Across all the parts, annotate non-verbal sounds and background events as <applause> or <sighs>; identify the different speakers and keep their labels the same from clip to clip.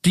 Speaker 1: Do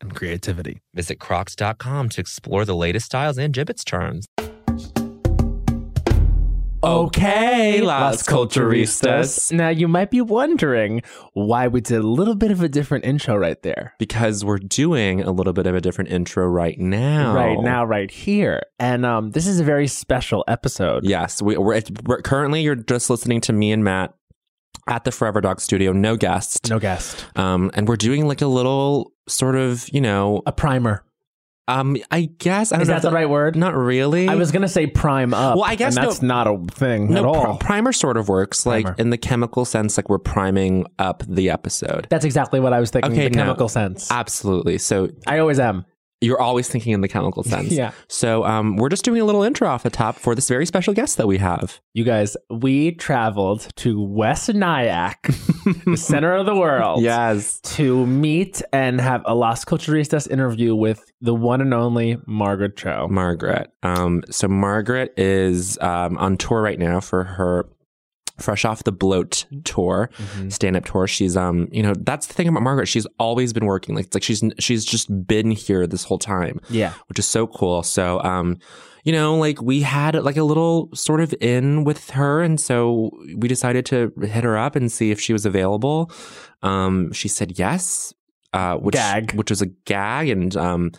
Speaker 1: and creativity.
Speaker 2: Visit crocs.com to explore the latest styles and gibbets charms.
Speaker 3: Okay, Las Culturistas.
Speaker 4: Now, you might be wondering why we did a little bit of a different intro right there.
Speaker 2: Because we're doing a little bit of a different intro right now.
Speaker 4: Right now, right here. And um, this is a very special episode.
Speaker 2: Yes, we, are currently, you're just listening to me and Matt at the Forever Dog Studio, no guest.
Speaker 4: No guest.
Speaker 2: Um, and we're doing like a little sort of, you know,
Speaker 4: a primer.
Speaker 2: Um, I guess I
Speaker 4: is that the right word?
Speaker 2: Not really.
Speaker 4: I was gonna say prime up.
Speaker 2: Well, I guess
Speaker 4: that's
Speaker 2: no,
Speaker 4: not a thing no, at all.
Speaker 2: Pr- primer sort of works like primer. in the chemical sense, like we're priming up the episode.
Speaker 4: That's exactly what I was thinking. Okay, the no, chemical sense.
Speaker 2: Absolutely. So
Speaker 4: I always am
Speaker 2: you're always thinking in the chemical sense.
Speaker 4: <laughs> yeah.
Speaker 2: So um, we're just doing a little intro off the top for this very special guest that we have.
Speaker 4: You guys, we traveled to West <laughs> Nyack, the center of the world.
Speaker 2: Yes.
Speaker 4: To meet and have a Las Culturistas interview with the one and only Margaret Cho.
Speaker 2: Margaret. Um, so Margaret is um, on tour right now for her fresh off the bloat tour mm-hmm. stand up tour she's um you know that's the thing about margaret she's always been working like it's like she's she's just been here this whole time
Speaker 4: yeah
Speaker 2: which is so cool so um you know like we had like a little sort of in with her and so we decided to hit her up and see if she was available um she said yes uh which
Speaker 4: gag.
Speaker 2: which was a gag and um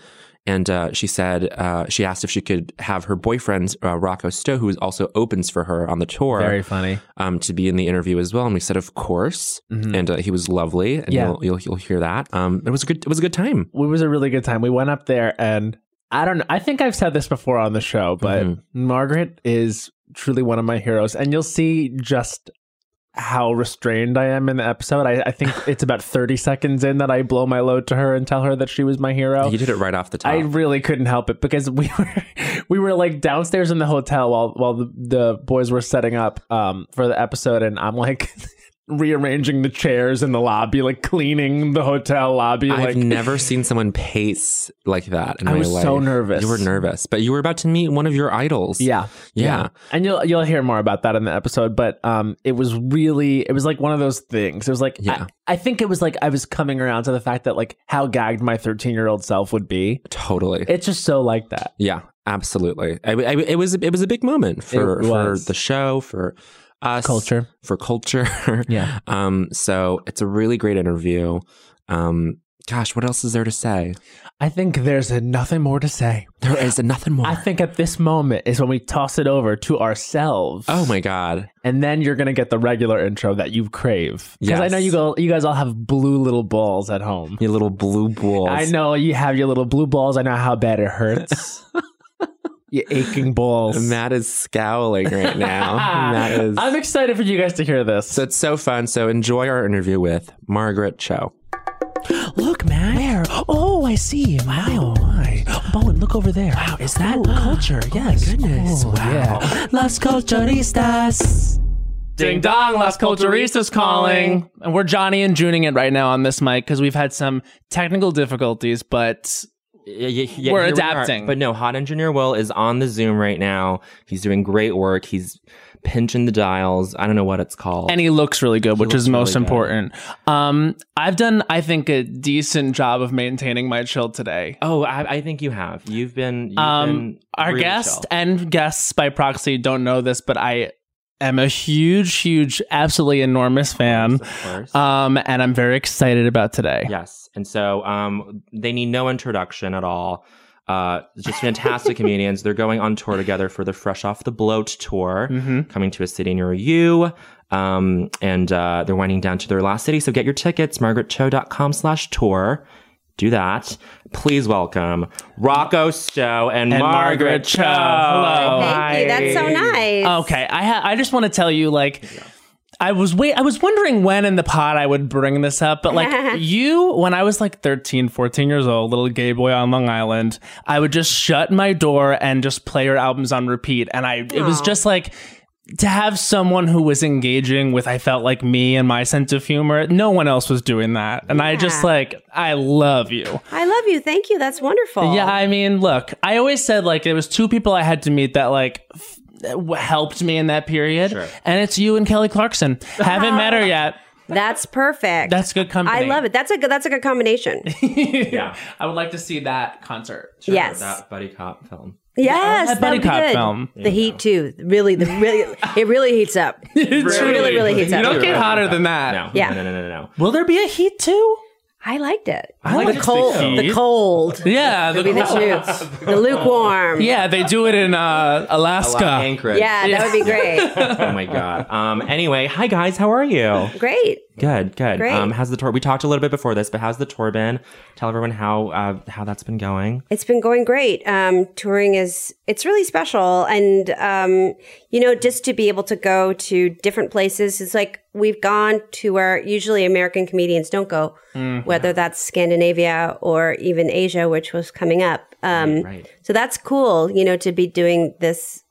Speaker 2: and uh, she said uh, she asked if she could have her boyfriend uh, Rocco Stowe, who also opens for her on the tour,
Speaker 4: very funny,
Speaker 2: um, to be in the interview as well. And we said, of course, mm-hmm. and he was lovely, and yeah. you'll, you'll, you'll hear that. Um, it was a good it was a good time.
Speaker 4: It was a really good time. We went up there, and I don't know. I think I've said this before on the show, but mm-hmm. Margaret is truly one of my heroes, and you'll see just how restrained I am in the episode. I,
Speaker 2: <laughs>
Speaker 4: I think it's about 30 seconds in that I blow my load to her and tell her that she was my hero.
Speaker 2: You did it right off the top.
Speaker 4: I really couldn't help it because <laughs> we were we were like downstairs in the hotel while while the, the boys were setting up um, for the episode and I'm like <laughs> rearranging the chairs in the lobby, like cleaning the hotel lobby.
Speaker 2: I've
Speaker 4: like,
Speaker 2: never seen someone pace like that in I my
Speaker 4: was
Speaker 2: life.
Speaker 4: so nervous.
Speaker 2: You were nervous, but you were about to meet one of your idols.
Speaker 4: Yeah,
Speaker 2: yeah, yeah.
Speaker 4: And you'll you'll hear more about that in the episode. But um, it was really it was like one of those things. It was like
Speaker 2: yeah.
Speaker 4: I, I think it was like I was coming around to the fact that like how gagged my thirteen year old self would be.
Speaker 2: Totally.
Speaker 4: It's just so like that.
Speaker 2: Yeah, absolutely. I, I, it was it was a big moment for for the show for us
Speaker 4: culture
Speaker 2: for culture <laughs>
Speaker 4: yeah
Speaker 2: um so it's a really great interview um Gosh, what else is there to say?
Speaker 4: I think there's uh, nothing more to say.
Speaker 2: There is nothing more.
Speaker 4: I think at this moment is when we toss it over to ourselves.
Speaker 2: oh my god.
Speaker 4: And then you're gonna get the regular intro that you crave. Because I know
Speaker 2: Yes.
Speaker 4: you go, you guys all have blue little balls at home.
Speaker 2: You little blue balls.
Speaker 4: I know you have your little blue balls. I know how bad
Speaker 2: <laughs>
Speaker 4: it hurts. your aching balls.
Speaker 2: Matt is scowling right
Speaker 4: <laughs>
Speaker 2: now. Matt is.
Speaker 4: I'm excited for you guys to hear this.
Speaker 2: so it's so fun. So enjoy our interview with Margaret Cho.
Speaker 5: Look, man. Where? Oh, I see. Wow. Oh, my. Bowen, look over there. Wow, is that culture?
Speaker 4: Oh
Speaker 5: yes. goodness. wow. Las culturistas.
Speaker 4: Ding dong, Las Culturistas calling. And we're Johnny and Juning it right now on this mic because we've had some technical difficulties, but
Speaker 2: Yeah, yeah, yeah,
Speaker 4: We're
Speaker 2: here we are.
Speaker 4: adapting.
Speaker 2: but no, Hot Engineer Will is on the Zoom right now. He's doing great work. He's pinching the dials. I don't know what it's called.
Speaker 4: and he looks really good, which
Speaker 2: looks
Speaker 4: is most
Speaker 2: really good.
Speaker 4: important. Um, I've done, I think, a decent job of maintaining my chill today.
Speaker 2: oh, I, I think you have. You've been. You've
Speaker 4: Um,
Speaker 2: been
Speaker 4: our
Speaker 2: really
Speaker 4: guest
Speaker 2: chill.
Speaker 4: and guests by proxy don't know this, but I am a huge, huge, absolutely enormous fan.
Speaker 2: Of course.
Speaker 4: Um, and I'm very excited about <laughs> today.
Speaker 2: Yes. And so um, they need no introduction at all. Uh, just fantastic comedians. They're going on tour together for the Fresh Off the Bloat tour, coming to a city near you. Um, and uh, they're winding down to their last city. So get your tickets, margaretcho.com slash tour. Do that. Please welcome Rocco Stowe and,
Speaker 4: And Margaret
Speaker 2: Margaret
Speaker 4: Cho.
Speaker 2: Cho.
Speaker 4: Hello.
Speaker 6: Thank you. That's so nice.
Speaker 4: Okay, I ha- I just want to tell you like I was wait I was wondering when in the pod I would bring this up, but
Speaker 6: <laughs>
Speaker 4: like you when I was like 13, 14 years old, little gay boy on Long Island, I would just shut my door and just play your albums on repeat and I it was
Speaker 6: Aw.
Speaker 4: just like to have someone who was engaging with I felt like me and my sense of humor, no one else was doing that. And I just
Speaker 6: Yeah.
Speaker 4: like I love you.
Speaker 6: I love you. Thank you. That's wonderful.
Speaker 4: Yeah, I mean, look, I always said like there was two people I had to meet that like f- that w- helped me in that period, and it's you and Kelly Clarkson. Haven't met her <laughs> yet.
Speaker 6: That's perfect.
Speaker 4: That's good
Speaker 6: I
Speaker 4: company.
Speaker 6: love it. That's a good. That's a good
Speaker 4: <laughs>
Speaker 6: combination.
Speaker 4: yeah, I would like to see that <laughs> concert.
Speaker 6: yes.
Speaker 2: That buddy cop film.
Speaker 6: yes.
Speaker 4: that buddy
Speaker 6: that'd be
Speaker 4: cop
Speaker 6: good.
Speaker 4: film.
Speaker 6: The heat too.
Speaker 4: <laughs>
Speaker 6: Really. The really. it really heats up.
Speaker 4: It's
Speaker 6: really, really heats
Speaker 4: You
Speaker 6: up.
Speaker 4: don't get hotter than that.
Speaker 2: No.
Speaker 6: Yeah.
Speaker 2: No, no, no, no, no.
Speaker 4: Will there be a heat too?
Speaker 6: I liked it.
Speaker 4: I like
Speaker 6: the
Speaker 4: it
Speaker 6: cold.
Speaker 4: too.
Speaker 6: The cold.
Speaker 4: Yeah, <laughs> the
Speaker 6: Maybe the
Speaker 4: cold-
Speaker 6: shoots. The lukewarm.
Speaker 4: yeah, they do it in uh, Alaska.
Speaker 2: Anchorage.
Speaker 6: Yeah, that would
Speaker 4: <laughs>
Speaker 6: be great.
Speaker 2: oh my god. Um. Anyway, hi guys. How are you?
Speaker 6: great.
Speaker 2: Good, good.
Speaker 6: Great.
Speaker 2: Um, how's the tour? We talked a little bit before this, but how's the tour been? Tell everyone how uh, how that's been going.
Speaker 6: It's been going great. Um, touring is it's really special, and um, you know, just to be able to go to different places. It's like we've gone to where usually American comedians don't go,
Speaker 7: Mm-hmm.
Speaker 6: whether that's Scandinavia or even Asia, which was coming up. Um,
Speaker 2: right.
Speaker 6: So that's cool, you know, to be doing this.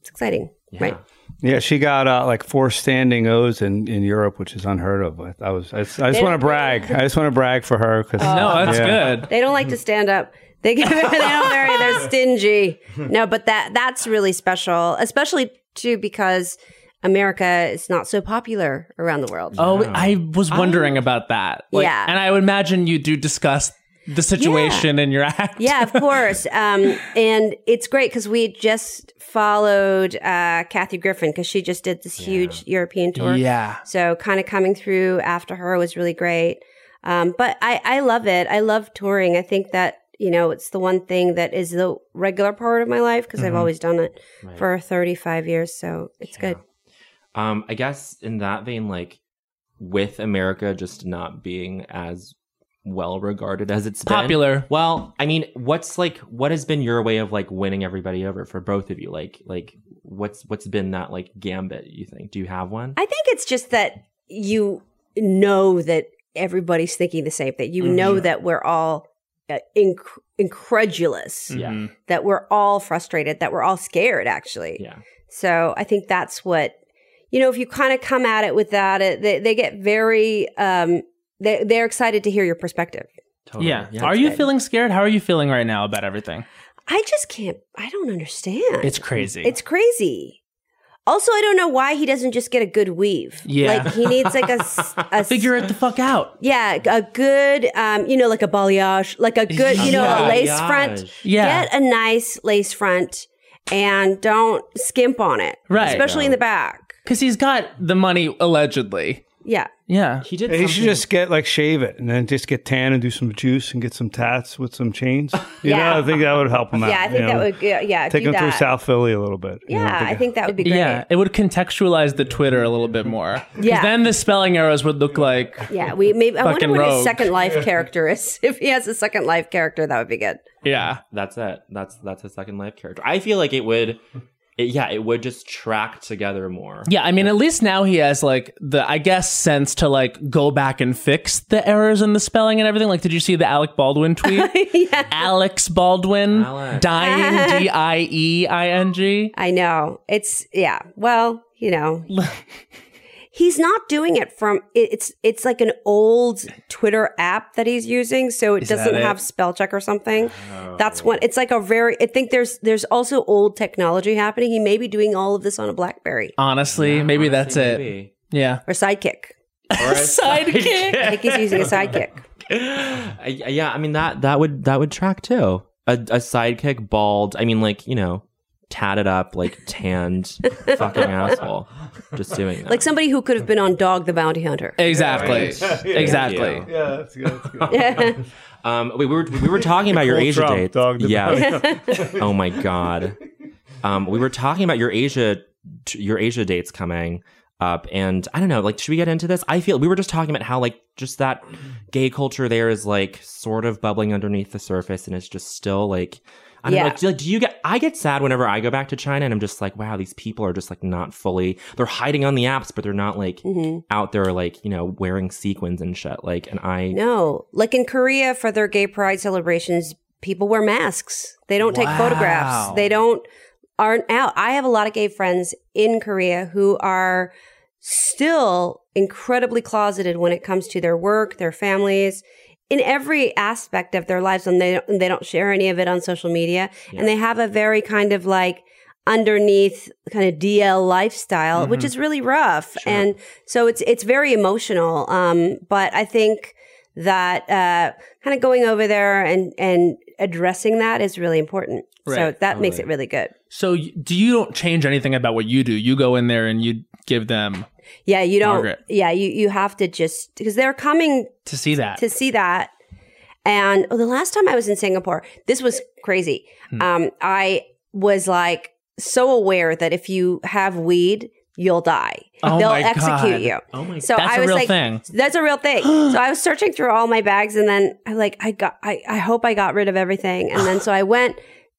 Speaker 6: It's exciting, right?
Speaker 7: Yeah, she got uh, like four standing O's in, in Europe, which is unheard of. I, I was, I, just- I just want to brag. I just want to brag for her because
Speaker 6: Oh,
Speaker 4: No, that's good.
Speaker 6: They don't like to stand up. They get, <laughs> they don't marry. They're stingy. No, but that that's really special, especially too because America is not so popular around the world.
Speaker 4: Oh, I was wondering about that. Like,
Speaker 6: Yeah.
Speaker 4: and I would imagine you do discuss the situation in your act.
Speaker 6: Yeah, of course. Um, and it's great because we just followed uh, Kathy Griffin because she just did this huge European tour.
Speaker 4: <laughs> Yeah.
Speaker 6: So kind of coming through after her was really great. Um, but I, I love it. I love touring. I think that, you know, it's the one thing that is the regular part of my life because I've always done it for 35 years. So it's good.
Speaker 2: Um, I guess in that vein, like with America just not being as well regarded as it's been-
Speaker 4: Popular.
Speaker 2: Well, I mean, what's like what has been your way of like winning everybody over for both of you? Like, like what's what's been that like gambit? You think? Do you have one?
Speaker 6: I think it's just that you know that everybody's thinking the same, that you know that we're all uh, inc- incredulous.
Speaker 2: yeah,
Speaker 6: that we're all frustrated, that we're all scared, actually.
Speaker 2: yeah.
Speaker 6: So I think that's what, you know, if you kind of come at it without it, they, they get very, um, they, they're excited to hear your perspective.
Speaker 2: Totally.
Speaker 4: Yeah. are you
Speaker 6: good.
Speaker 4: feeling scared? How are you feeling right now about everything?
Speaker 6: I just can't, I don't understand.
Speaker 4: It's crazy.
Speaker 6: It's crazy. Also, I don't know why he doesn't just get a good weave.
Speaker 4: Yeah.
Speaker 6: Like he needs like a,
Speaker 4: <laughs>
Speaker 6: s- a s-
Speaker 4: figure it the fuck out.
Speaker 6: Yeah, a good, um, you know, like a balayage, like a good, you know, a
Speaker 4: Yeah.
Speaker 6: lace front.
Speaker 2: Gosh.
Speaker 4: Yeah.
Speaker 6: Get a nice lace front and don't skimp on it.
Speaker 4: Right.
Speaker 6: Especially in the back.
Speaker 4: Because he's got the money allegedly.
Speaker 6: Yeah.
Speaker 8: Yeah.
Speaker 9: He did.
Speaker 7: You should
Speaker 9: something-
Speaker 7: just get like shave it and then just get tan and do some juice and get some tats with
Speaker 6: <laughs>
Speaker 7: some chains. You
Speaker 6: Yeah.
Speaker 7: know, I think that would help him out.
Speaker 6: Yeah, I think
Speaker 7: you
Speaker 6: that
Speaker 7: know?
Speaker 6: would yeah, yeah
Speaker 7: take
Speaker 6: do
Speaker 7: him
Speaker 6: that.
Speaker 7: through South Philly a little bit. you know,
Speaker 6: Yeah, I think that would be great.
Speaker 8: Yeah, it would contextualize the Twitter a little bit more. 'Cause
Speaker 6: Yeah.
Speaker 8: Then the spelling errors would look like
Speaker 6: Yeah, we maybe I wonder
Speaker 8: Fucking
Speaker 6: what his
Speaker 8: rogue.
Speaker 6: second life character is. <laughs> If he has a second life character, that would be good.
Speaker 8: yeah.
Speaker 9: That's it. That's that's his second life character. I feel like it would. It, yeah, it would just track together more.
Speaker 8: Yeah, I mean, at least now he has like the, I guess, sense to like go back and fix the errors in the spelling and everything. Like, did you see the Alec Baldwin tweet? Alex Baldwin,
Speaker 9: Alex.
Speaker 8: dying, D I E I N G.
Speaker 6: I know. It's yeah. Well,
Speaker 8: <laughs>
Speaker 6: you know, he's not doing it from it- it's it's like an old Twitter app that he's using, so it
Speaker 8: Is that
Speaker 6: doesn't
Speaker 8: it? Oh.
Speaker 6: have spell check or something. That's what it's like a very I think there's there's also old technology happening. He may be doing all of this on a BlackBerry
Speaker 8: Honestly, maybe that's it. Yeah.
Speaker 6: or sidekick.
Speaker 9: Or a
Speaker 6: I think he's using a sidekick.
Speaker 9: I- yeah, I mean that that would that would track too. A, a sidekick, bald. I mean, like you know, tatted up, like
Speaker 8: <laughs>
Speaker 9: tanned, fucking asshole, just doing that.
Speaker 6: Like somebody who could have been on Dog the Bounty Hunter.
Speaker 8: <laughs> Exactly. Exactly.
Speaker 9: Thank
Speaker 7: Yeah, that's good. That's good.
Speaker 9: Um, we were we were talking
Speaker 7: <laughs>
Speaker 9: about your
Speaker 7: Cool
Speaker 9: Asia
Speaker 7: Trump,
Speaker 9: dates.
Speaker 7: dog the
Speaker 9: yeah.
Speaker 6: <laughs>
Speaker 9: oh my god. Um, we were talking about your Asia t- your Asia dates coming up, and I don't know. Like, should we get into this? I feel we were just talking about how like just that gay culture there is like sort of bubbling underneath the surface, and it's just still like. I don't
Speaker 6: Yeah.
Speaker 9: know, like, do, like, do you get? I get sad whenever I go back to China, and I'm just like, wow, these people are just like not fully. They're hiding on the apps, but they're not like
Speaker 6: Mm-hmm.
Speaker 9: out there, like you know, wearing sequins and shit. Like, and I
Speaker 6: No, like in Korea for their gay pride celebrations, people wear masks. They don't take photographs. They don't aren't out. I have a lot of gay friends in Korea who are still incredibly closeted when it comes to their work, their families, in every aspect of their lives and they don't, and they don't share any of it on social media and they have a very kind of like underneath kind of DL lifestyle, which
Speaker 8: Mm-hmm.
Speaker 6: is really rough. And so it's it's very emotional. Um, but I think that uh, kind of going over there and and addressing that is really important. So
Speaker 8: Right.
Speaker 6: that makes it really good.
Speaker 8: So y- do you don't change anything about what you do? You go in there and you give them
Speaker 6: Yeah, you don't.
Speaker 8: Margaret.
Speaker 6: Yeah, you you have to just because they're coming
Speaker 8: to see that.
Speaker 6: to see that. And oh, the last time I was in Singapore, this was crazy.
Speaker 8: Hmm.
Speaker 6: Um, I was like so aware that if you have weed, you'll die.
Speaker 8: Oh
Speaker 6: They'll
Speaker 8: my God.
Speaker 6: execute you.
Speaker 9: oh my
Speaker 6: So
Speaker 8: That's
Speaker 6: I
Speaker 8: a
Speaker 6: was
Speaker 8: real
Speaker 6: like,
Speaker 8: thing.
Speaker 6: that's a
Speaker 8: <gasps>
Speaker 6: real thing. so I was searching through all my bags and then I like I got I, I hope I got rid of everything. And then so I went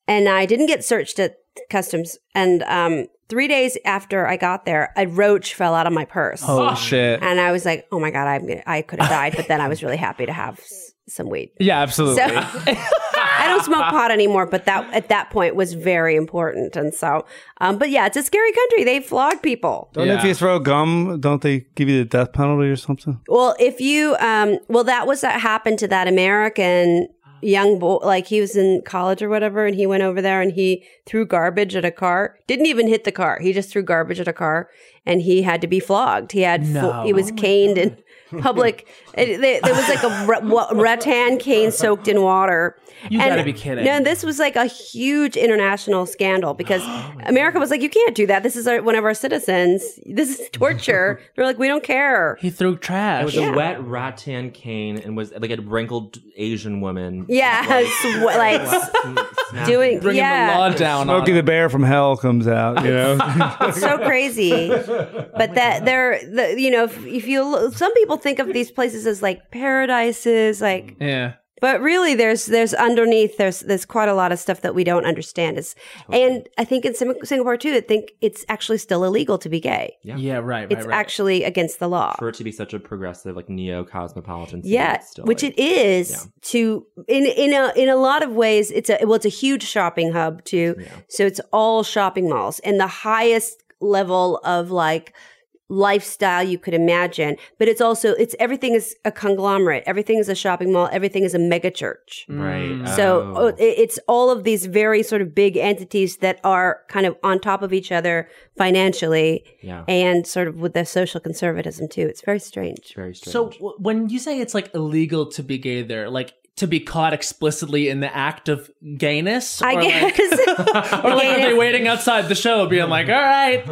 Speaker 6: and I didn't get searched at customs. And um three days after I got there, a roach fell out of my purse.
Speaker 8: oh shit.
Speaker 6: And I was like, oh my God, I'm gonna, I could have died. But then I was really happy to have s- some weed.
Speaker 8: Yeah, absolutely.
Speaker 6: So <laughs> I don't smoke pot anymore, but that at that point was very important. And so, um, but yeah, it's a scary country. They flog people.
Speaker 7: <laughs> Don't if
Speaker 8: Yeah.
Speaker 7: you throw gum, don't they give you the death penalty or something?
Speaker 6: Well, if you, um, well, that was that happened to that American
Speaker 8: Ah.
Speaker 6: young boy. Like he was in college or whatever, and he went over there and he threw garbage at a car. Didn't even hit the car. He just threw garbage at a car, and he had to be flogged. He had fo- he
Speaker 8: Oh
Speaker 6: was caned in public.
Speaker 8: <laughs>
Speaker 6: It, they, there was like a re- wa- rattan cane soaked in water.
Speaker 8: You
Speaker 6: And-
Speaker 8: gotta be kidding.
Speaker 6: No, this was like a huge international
Speaker 8: <gasps>
Speaker 6: scandal because
Speaker 8: Oh
Speaker 6: America was like, you can't do that. This is our, one of our citizens.
Speaker 8: <laughs>
Speaker 6: This is torture. They're like, we don't care.
Speaker 8: he threw trash.
Speaker 9: It was a wet rattan cane and was like a wrinkled Asian woman.
Speaker 6: Yeah, sw- like s- doing
Speaker 8: bringing the law
Speaker 6: yeah,
Speaker 8: down on
Speaker 7: Smokey the bear from hell comes out. <laughs> You know,
Speaker 6: it's
Speaker 8: <laughs>
Speaker 6: so crazy. But that they're the you know if, if you lo- some people think of these places as like paradises, like
Speaker 8: it. Yeah.
Speaker 6: but really there's there's underneath there's there's quite a lot of stuff that we don't understand. Is and I think in Sing- Singapore too, I think it's actually still illegal to be gay.
Speaker 9: Yeah.
Speaker 8: Yeah, right, right,
Speaker 6: It's
Speaker 8: right.
Speaker 6: actually against the law.
Speaker 9: For it to be such a progressive, like neo cosmopolitan.
Speaker 6: Yeah, which it is
Speaker 9: Yeah.
Speaker 6: to in in a in a lot of ways. It's a well, it's a huge shopping hub too. So it's all shopping malls and the highest level of like lifestyle you could imagine. But it's also it's everything is a conglomerate. Everything is a shopping mall. Everything is a mega church.
Speaker 8: Mm.
Speaker 9: Right.
Speaker 6: So
Speaker 9: Oh.
Speaker 6: oh, it- it's all of these very sort of big entities that are kind of on top of each other financially
Speaker 9: yeah.
Speaker 6: and sort of with their social conservatism too. It's very strange.
Speaker 9: It's very strange.
Speaker 8: So w- when you say it's like illegal to be gay there, like to be caught explicitly in the act of gayness,
Speaker 6: I
Speaker 8: or
Speaker 6: guess.
Speaker 8: <laughs> Like, or like, are they
Speaker 6: <laughs> Gayness.
Speaker 8: waiting outside the show, being like, "All right,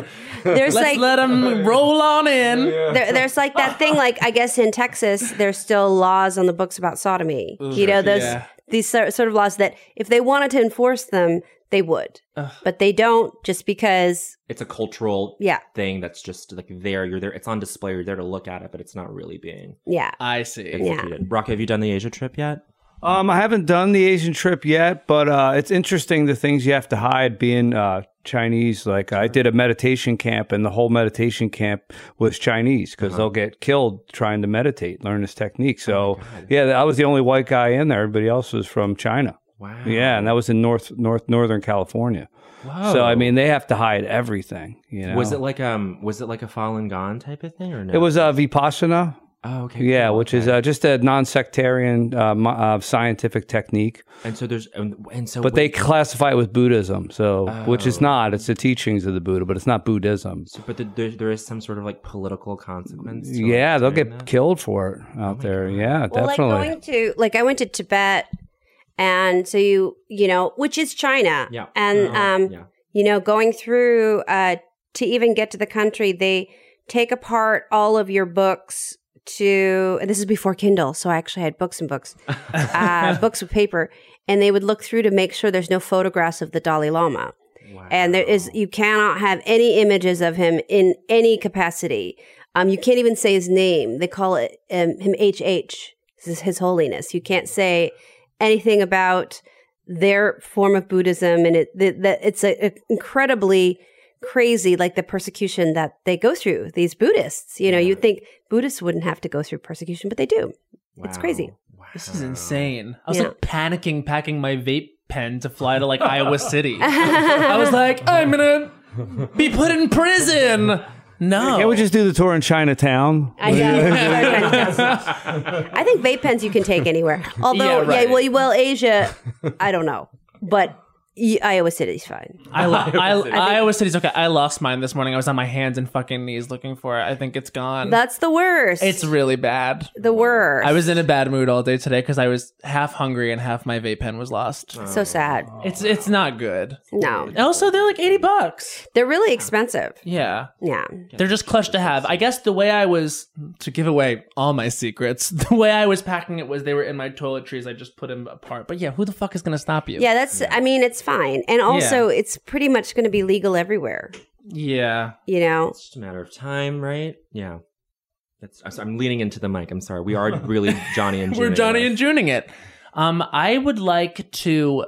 Speaker 6: There's
Speaker 1: Let's
Speaker 6: like
Speaker 1: let them roll on in.
Speaker 6: There, there's like that thing, like I guess in Texas, there's still laws on the books about sodomy.
Speaker 1: Ooh,
Speaker 6: you know, those
Speaker 1: yeah.
Speaker 6: these sor- sort of laws that if they wanted to enforce them, they would, but they don't just because.
Speaker 9: It's a cultural
Speaker 6: Yeah.
Speaker 9: thing that's just like there. You're there. It's on display. You're there to look at it, but it's not really being.
Speaker 6: Yeah,
Speaker 1: I see.
Speaker 9: executed. Rock, have you done the Asia trip yet?
Speaker 7: Um, I haven't done the Asian trip yet, but uh, it's interesting the things you have to hide being uh, Chinese. Like I did a meditation camp, and the whole meditation camp was Chinese because
Speaker 9: Uh-huh.
Speaker 7: they'll get killed trying to meditate, learn this technique.
Speaker 9: Oh
Speaker 7: So yeah, I was the only white guy in there. Everybody else was from China.
Speaker 9: Wow. Oh.
Speaker 7: Yeah, and that was in North North Northern California. So I mean, they have to hide everything. You know,
Speaker 9: Was it like um? Was it like a Falun Gong type of thing or no?
Speaker 7: It was uh, Vipassana.
Speaker 9: Oh, okay.
Speaker 7: Yeah, which is uh, just a non-sectarian uh, mo- uh, scientific technique.
Speaker 9: And so there's and, and so.
Speaker 7: but they
Speaker 9: wait,
Speaker 7: classify it with Buddhism, so which is not. It's the teachings of the Buddha, but it's not Buddhism.
Speaker 9: so- but the, there, there is some sort of like political consequence. to, like,
Speaker 7: yeah, Oh they'll
Speaker 9: doing
Speaker 7: get
Speaker 9: that?
Speaker 7: killed for it out there. Yeah,
Speaker 6: Well,
Speaker 7: definitely.
Speaker 6: like going to like I went to Tibet, and so you you know, which is China.
Speaker 9: Yeah.
Speaker 6: and
Speaker 9: Uh-huh.
Speaker 6: um,
Speaker 9: Yeah.
Speaker 6: you know, going through uh to even get to the country, they take apart all of your books to and this is before Kindle, so I actually had books
Speaker 9: <laughs>
Speaker 6: and books, uh, books with paper, and they would look through to make sure there's no photographs of the Dalai Lama. And there is you cannot have any images of him in any capacity. Um, you can't even say his name. They call it um, him HH. This is His Holiness. You can't say anything about their form of Buddhism, and it the, the, it's a, a incredibly crazy, like the persecution that they go through. These Buddhists, you know, you'd think Buddhists wouldn't have to go through persecution, but they do. It's crazy.
Speaker 1: This is insane. I was
Speaker 6: Yeah.
Speaker 1: like panicking, packing my vape pen to fly to like Iowa City. I was like, I'm gonna be put in prison. No,
Speaker 7: Can't we just do the tour in Chinatown?
Speaker 6: I,
Speaker 7: <laughs>
Speaker 1: <laughs>
Speaker 6: know. I think vape pens you can take anywhere. Although, yeah,
Speaker 1: Yeah, right.
Speaker 6: well, you- well, Asia, I don't know, but y- Iowa City's fine.
Speaker 1: I, lo- I, Iowa City's okay. I lost mine this morning. I was on my hands and fucking knees looking for it. I think it's gone.
Speaker 6: That's the worst.
Speaker 1: it's really bad.
Speaker 6: the worst.
Speaker 1: I was in a bad mood all day today because I was half hungry and half my vape pen was lost.
Speaker 6: so sad.
Speaker 4: Oh.
Speaker 1: It's it's not good.
Speaker 6: No,
Speaker 1: And also, they're like eighty bucks.
Speaker 6: they're really expensive.
Speaker 1: Yeah.
Speaker 6: Yeah,
Speaker 1: They're just clutch to have. I guess the way I was to give away all my secrets, <laughs> the way I was packing it was they were in my toiletries. I just put them apart. But yeah, who the fuck is gonna stop you?
Speaker 6: yeah. That's. I mean, it's fine, and also it's pretty much going to be legal everywhere.
Speaker 1: Yeah.
Speaker 6: You know.
Speaker 9: It's just a matter of time, right? Yeah. That's, I'm- I'm leaning into the mic. I'm sorry. We
Speaker 7: <laughs>
Speaker 9: are really Johnny and
Speaker 1: We're
Speaker 9: Jimmy
Speaker 1: Johnny
Speaker 9: with-
Speaker 1: and Juning it. Um, I would like to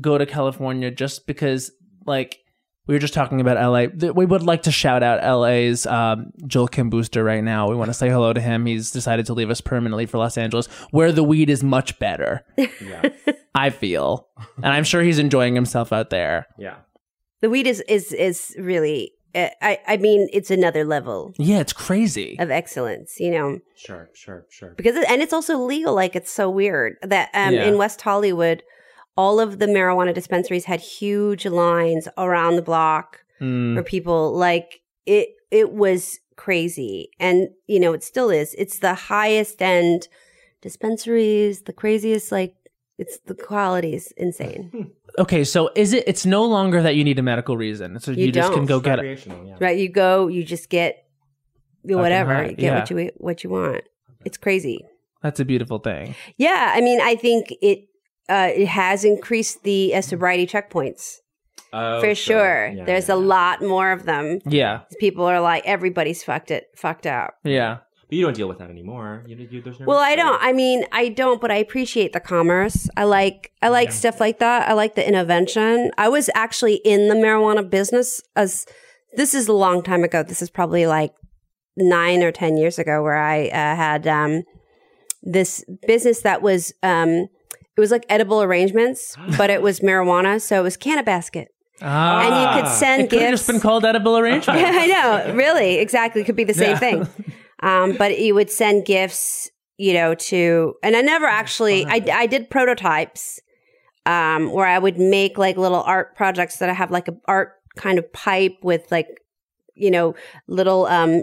Speaker 1: go to California just because, like, we were just talking about LA. Th- We would like to shout out LA's um, Joel Kim Booster right now. We want to say hello to him. He's decided to leave us permanently for Los Angeles, where the weed is much better.
Speaker 7: <laughs>
Speaker 1: I feel, and I'm sure he's enjoying himself out there.
Speaker 9: Yeah.
Speaker 6: The weed is is is really. Uh, I I mean, it's another level
Speaker 1: Yeah, it's crazy.
Speaker 6: of excellence. You know,
Speaker 9: Sure. Sure. Sure.
Speaker 6: because it, and it's also legal. Like it's so weird that um,
Speaker 1: Yeah.
Speaker 6: in West Hollywood, all of the marijuana dispensaries had huge lines around the block
Speaker 1: Mm.
Speaker 6: for people. Like it, it was crazy, and you know it still is. It's the highest end dispensaries, the craziest. Like it's the quality is insane,
Speaker 1: Okay, so is it? It's no longer that you need a medical reason. So you,
Speaker 6: You
Speaker 1: just can
Speaker 6: don't.
Speaker 1: go
Speaker 9: It's
Speaker 1: get it.
Speaker 9: recreational, yeah.
Speaker 6: right? You go, you just get whatever,
Speaker 1: high,
Speaker 6: you get what you what you want. It's crazy.
Speaker 1: That's a beautiful thing.
Speaker 6: Yeah, I mean, I think it uh, it has increased the uh, sobriety checkpoints
Speaker 9: Oh,
Speaker 6: for sure.
Speaker 9: Yeah,
Speaker 6: There's
Speaker 9: yeah,
Speaker 6: a
Speaker 9: yeah.
Speaker 6: lot more of them.
Speaker 1: Yeah,
Speaker 6: People are like, everybody's fucked it, fucked up.
Speaker 1: yeah.
Speaker 9: But you don't deal with that anymore. You, you, there's no
Speaker 6: Well, I don't. I mean, I don't, but I appreciate the commerce. I like, I like stuff like that. I like the intervention. I was actually in the marijuana business as this is a long time ago. This is probably like nine or ten years ago, where I uh, had um, this business that was um, it was like
Speaker 1: <gasps>
Speaker 6: edible arrangements, but it was marijuana, so it was can basket,
Speaker 1: Ah.
Speaker 6: and you could send
Speaker 1: It could have
Speaker 6: gifts.
Speaker 1: just been called edible
Speaker 6: <laughs>
Speaker 1: arrangement.
Speaker 6: Yeah, I know. Really, exactly. It could be the same
Speaker 1: Yeah.
Speaker 6: thing. Um, but you would send gifts, you know, to, and I never actually, I, I did prototypes um, where I would make like little art projects that I have like a art kind of pipe with like, you know, little um,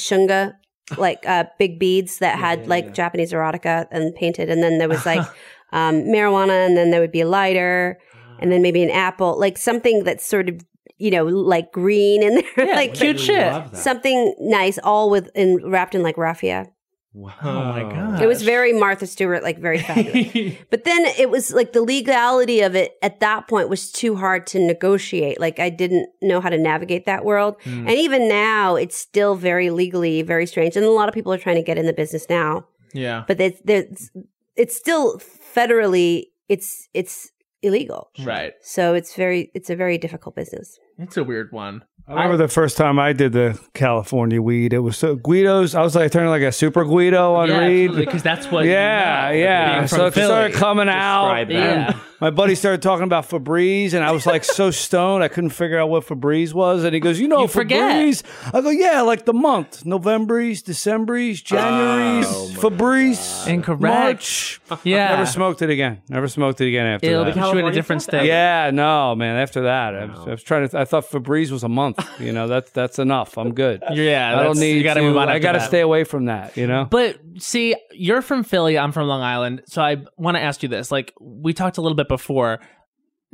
Speaker 4: <laughs>
Speaker 6: shunga, like uh, big beads that had like Japanese erotica and painted. And then there
Speaker 4: <laughs>
Speaker 6: was like
Speaker 4: Ah.
Speaker 6: um, marijuana, and then there would be a lighter, and then maybe an apple, like something that's sort of you know, like green and <laughs> they're
Speaker 4: Yeah,
Speaker 6: like
Speaker 4: cute I shit. love that.
Speaker 6: Something nice, all with in, wrapped in like raffia.
Speaker 4: Wow. Oh my god.
Speaker 6: It was very Martha Stewart, like
Speaker 2: <laughs>
Speaker 6: very fabulous. but then it was like the legality of it at that point was too hard to negotiate. Like I didn't know how to navigate that world.
Speaker 4: Hmm.
Speaker 6: And even now, it's still very legally very strange. And a lot of people are trying to get in the business now.
Speaker 4: Yeah.
Speaker 6: But it's, there's, it's still federally, it's, it's illegal.
Speaker 4: Right.
Speaker 6: So it's very, it's a very difficult business.
Speaker 4: It's a weird one.
Speaker 7: I remember the first time I did the California weed. It was so Guido's. I was like turning like a super Guido on <laughs> Reed.
Speaker 1: because that's what.
Speaker 7: yeah,
Speaker 1: you know,
Speaker 7: yeah.
Speaker 1: being
Speaker 7: So it
Speaker 1: from
Speaker 7: started
Speaker 1: Philly.
Speaker 7: coming out.
Speaker 1: Describe
Speaker 7: and
Speaker 1: that.
Speaker 7: My buddy started talking about Febreze, and I was
Speaker 1: <laughs>
Speaker 7: like so stoned I couldn't figure out what Febreze was. And he goes, "You know
Speaker 1: You forget.
Speaker 7: Febreze?" I go, "Yeah, like the month: November's, December's, January's, Febreze,
Speaker 10: Incorrect.
Speaker 7: March."
Speaker 10: Yeah.
Speaker 7: never smoked it again. Never smoked it again after
Speaker 10: It'll
Speaker 7: that.
Speaker 10: be You should in a different California? state.
Speaker 7: Yeah, no, man. After that, I, was, I was trying to. I thought Febreze was a month. You know, that's that's enough. I'm
Speaker 1: <laughs>
Speaker 7: good.
Speaker 1: Yeah,
Speaker 7: I don't
Speaker 1: that's-
Speaker 7: need.
Speaker 1: you gotta
Speaker 7: to-
Speaker 1: move on
Speaker 7: I
Speaker 1: after
Speaker 7: gotta
Speaker 1: that.
Speaker 7: stay away from that. You know.
Speaker 1: But see, you're from Philly, I'm from Long Island, so I want to ask you this. Like we talked a little bit before,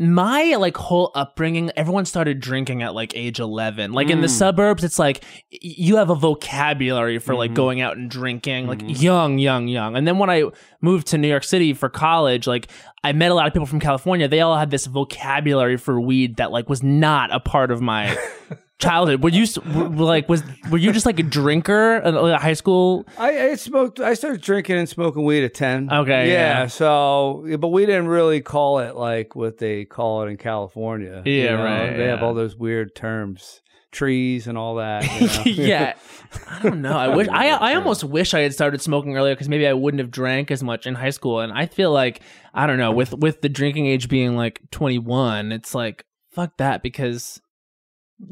Speaker 1: my like whole upbringing, everyone started drinking at like age 11. Like in the
Speaker 10: Mm.
Speaker 1: suburbs, it's like y- you have a vocabulary for like going out and drinking, like young, young, young. And then when I moved to New York City for college, like I met a lot of people from California. They all had this vocabulary for weed that like was not a part of my childhood. Were you s- were, were, like was were you just like a drinker in uh, high school?
Speaker 7: I, I smoked. I started drinking and smoking weed at ten.
Speaker 1: Okay,
Speaker 7: Yeah.
Speaker 1: yeah.
Speaker 7: So, yeah, but we didn't really call it like what they call it in California.
Speaker 1: Yeah, right,
Speaker 7: They have
Speaker 1: yeah.
Speaker 7: all those weird terms, trees and all that. you
Speaker 1: <laughs>
Speaker 7: know?
Speaker 1: yeah. I don't know. <laughs> I wish I I almost wish I had started smoking earlier because maybe I wouldn't have drank as much in high school. And I feel like I don't know with with the drinking age being like twenty one, it's like fuck that because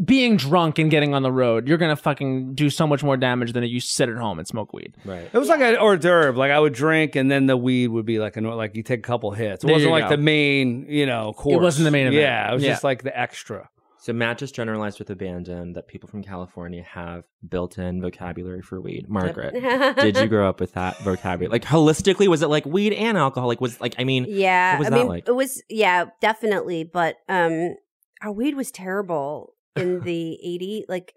Speaker 1: being drunk and getting on the road, you're gonna fucking do so much more damage than if you sit at home and smoke weed.
Speaker 7: Right. It was like an hors d'oeuvre. Like I would drink, and then the weed would be like an like you take a couple hits. It
Speaker 2: There
Speaker 7: wasn't
Speaker 2: you
Speaker 7: like
Speaker 2: go.
Speaker 7: the main, you know, course.
Speaker 1: wasn't the main event.
Speaker 7: Yeah, it was
Speaker 2: Yeah.
Speaker 7: just like the extra.
Speaker 2: So Matt just generalized with abandon that people from California have built-in vocabulary for weed. Margaret, did
Speaker 6: <laughs>
Speaker 2: you grow up with that vocabulary? Like holistically, was it like weed and alcohol? Like was like I mean,
Speaker 6: Yeah,
Speaker 2: what was
Speaker 6: I
Speaker 2: that
Speaker 6: mean,
Speaker 2: like?
Speaker 6: it was yeah, definitely. But um, our weed was terrible
Speaker 4: <laughs>
Speaker 6: in the eighty, like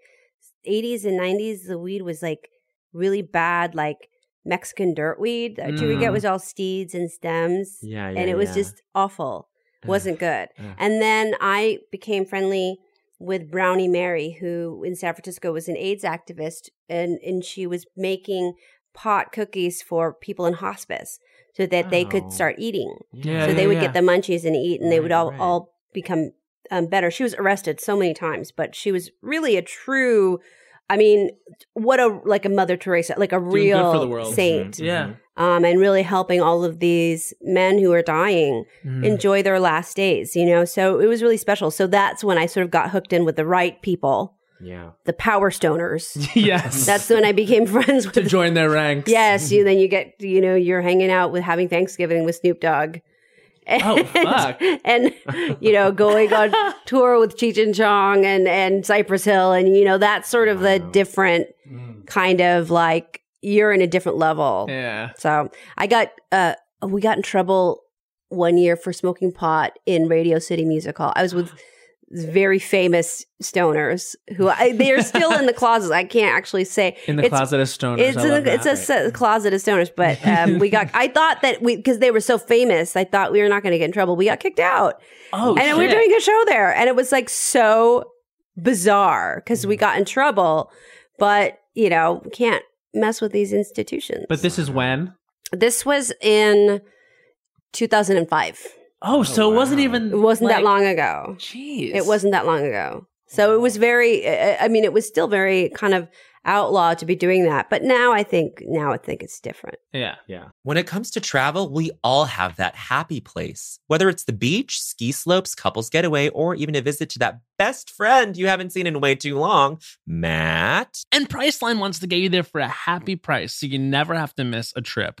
Speaker 6: eighties and nineties. The weed was like really bad, like Mexican dirt weed that you would get
Speaker 4: Mm.
Speaker 6: was all steeds and stems.
Speaker 4: Yeah, yeah,
Speaker 6: and it was
Speaker 4: yeah.
Speaker 6: just awful. wasn't good.
Speaker 4: ugh.
Speaker 6: And then I became friendly with Brownie Mary, who in San Francisco was an AIDS activist, and and she was making pot cookies for people in hospice so that they
Speaker 4: Oh.
Speaker 6: could start eating.
Speaker 4: Yeah,
Speaker 6: so they
Speaker 4: yeah,
Speaker 6: would
Speaker 4: yeah.
Speaker 6: get the munchies and eat, and they would all all become um, better. She was arrested so many times, but she was really a true. I mean, what a like a Mother Teresa, like a
Speaker 4: Doing good
Speaker 6: real
Speaker 4: for the world. Mm-hmm.
Speaker 6: saint
Speaker 4: Yeah.
Speaker 6: um, and really helping all of these men who are dying
Speaker 4: Mm.
Speaker 6: enjoy their last days, you know? So it was really special. So that's when I sort of got hooked in with the right people,
Speaker 2: Yeah.
Speaker 6: the
Speaker 4: <laughs>
Speaker 6: power stoners.
Speaker 1: <laughs> Yes.
Speaker 6: That's when I became <laughs> friends with.
Speaker 1: to join their ranks.
Speaker 6: Yes, you then you get, you know, you're hanging out with having Thanksgiving with Snoop Dogg. And, <laughs>
Speaker 1: Oh, fuck.
Speaker 6: And, you know,
Speaker 1: <laughs>
Speaker 6: going on tour with Cheech and Chong and, and Cypress Hill. And, you know, that's sort of the different kind of like you're in a different level.
Speaker 1: Mm. Yeah.
Speaker 6: So I got uh we got in trouble one year for smoking pot in Radio City Music Hall. I
Speaker 1: <sighs>
Speaker 6: was with very famous stoners who I, they are still
Speaker 1: <laughs>
Speaker 6: in the closets. I can't actually say
Speaker 1: In the
Speaker 6: It's-
Speaker 1: closet of stoners.
Speaker 6: It's
Speaker 1: I
Speaker 6: in
Speaker 1: love
Speaker 6: the,
Speaker 1: that.
Speaker 6: it's a se- closet of stoners,
Speaker 1: <laughs>
Speaker 6: but um, we got. I thought that we because they were so famous, I thought we were not going to get in trouble. We got kicked out.
Speaker 1: Oh,
Speaker 6: and we we're
Speaker 1: shit.
Speaker 6: doing a show there, and it was like so bizarre because
Speaker 1: Mm.
Speaker 6: we got in trouble, but you know we can't mess with these institutions.
Speaker 1: But this is when.
Speaker 6: This was in 2005.
Speaker 1: Oh, so it wasn't <laughs> even.
Speaker 6: It wasn't that
Speaker 1: like-
Speaker 6: long ago.
Speaker 1: Jeez.
Speaker 6: It wasn't that long ago. So it was very, I I mean, it was still very kind of outlaw to be doing that. But now I think, now I think it's different.
Speaker 1: Yeah.
Speaker 2: Yeah. When it comes to travel, we all have that happy place. Whether it's the beach, ski slopes, couples getaway, or even a visit to that best friend you haven't seen in way too long, Matt.
Speaker 1: And Priceline wants to get you there for a happy price so you never have to miss a trip.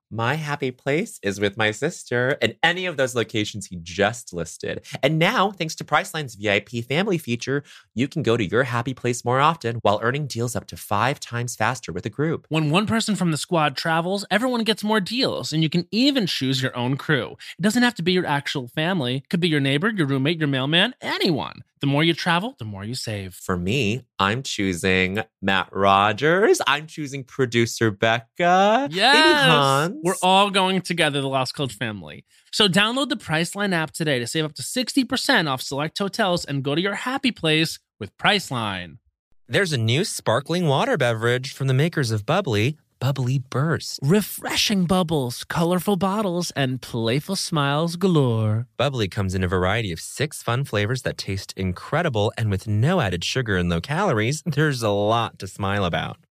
Speaker 2: My happy place is with my sister, and any of those locations he just listed. And now, thanks to Priceline's VIP family feature, you can go to your happy place more often while earning deals up to five times faster with a group.
Speaker 1: When one person from the squad travels, everyone gets more deals, and you can even choose your own crew. It doesn't have to be your actual family, it could be your neighbor, your roommate, your mailman, anyone. The more you travel, the more you save.
Speaker 2: For me, I'm choosing Matt Rogers. I'm choosing producer Becca. Maybe
Speaker 1: Yes.
Speaker 2: Hans.
Speaker 1: We're all going together, the Lost Coach family. So download the Priceline app today to save up to 60% off select hotels and go to your happy place with Priceline.
Speaker 2: There's a new sparkling water beverage from the makers of Bubbly, Bubbly Burst.
Speaker 1: Refreshing bubbles, colorful bottles, and playful smiles galore.
Speaker 2: Bubbly comes in a variety of six fun flavors that taste incredible, and with no added sugar and low calories, <laughs> there's a lot to smile about.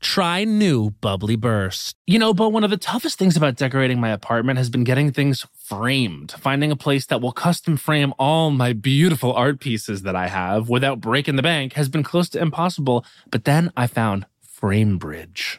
Speaker 1: try new Bubbly Burst. You know, but one of the toughest things about decorating my apartment has been getting things framed, finding a place that will custom frame all my beautiful art pieces that I have without breaking the bank has been close to impossible, but then I found Framebridge.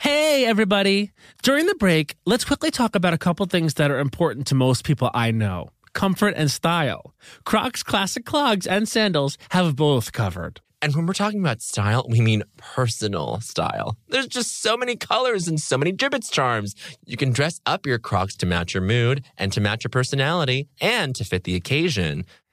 Speaker 1: Hey, everybody. During the break, let's quickly talk about a couple things that are important to most people I know comfort and style. Crocs classic clogs and sandals have both covered.
Speaker 2: And when we're talking about style, we mean personal style. There's just so many colors and so many gibbets charms. You can dress up your crocs to match your mood and to match your personality and to fit the occasion.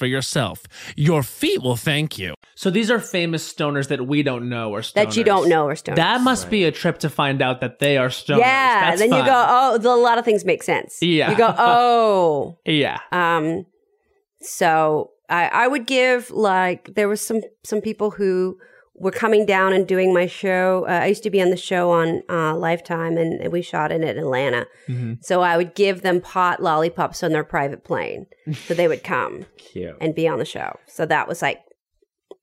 Speaker 1: for yourself. Your feet will thank you.
Speaker 4: So these are famous stoners that we don't know or stoners.
Speaker 6: That you don't know are stoners.
Speaker 4: That must be a trip to find out that they are stoners.
Speaker 6: yeah.
Speaker 4: That's
Speaker 6: then you
Speaker 4: fun.
Speaker 6: go, oh, the, a lot of things make sense.
Speaker 4: Yeah. <laughs>
Speaker 6: You go, oh.
Speaker 4: Yeah.
Speaker 6: Um, so I, I would give like there was some some people who were coming down and doing my show. Uh, I used to be on the show on uh, Lifetime, and, and we shot in at Atlanta.
Speaker 9: Mm-hmm.
Speaker 6: So I would give them pot lollipops on their private
Speaker 9: <laughs>
Speaker 6: plane, so they would come
Speaker 11: Cute.
Speaker 6: and be on the show. So that was like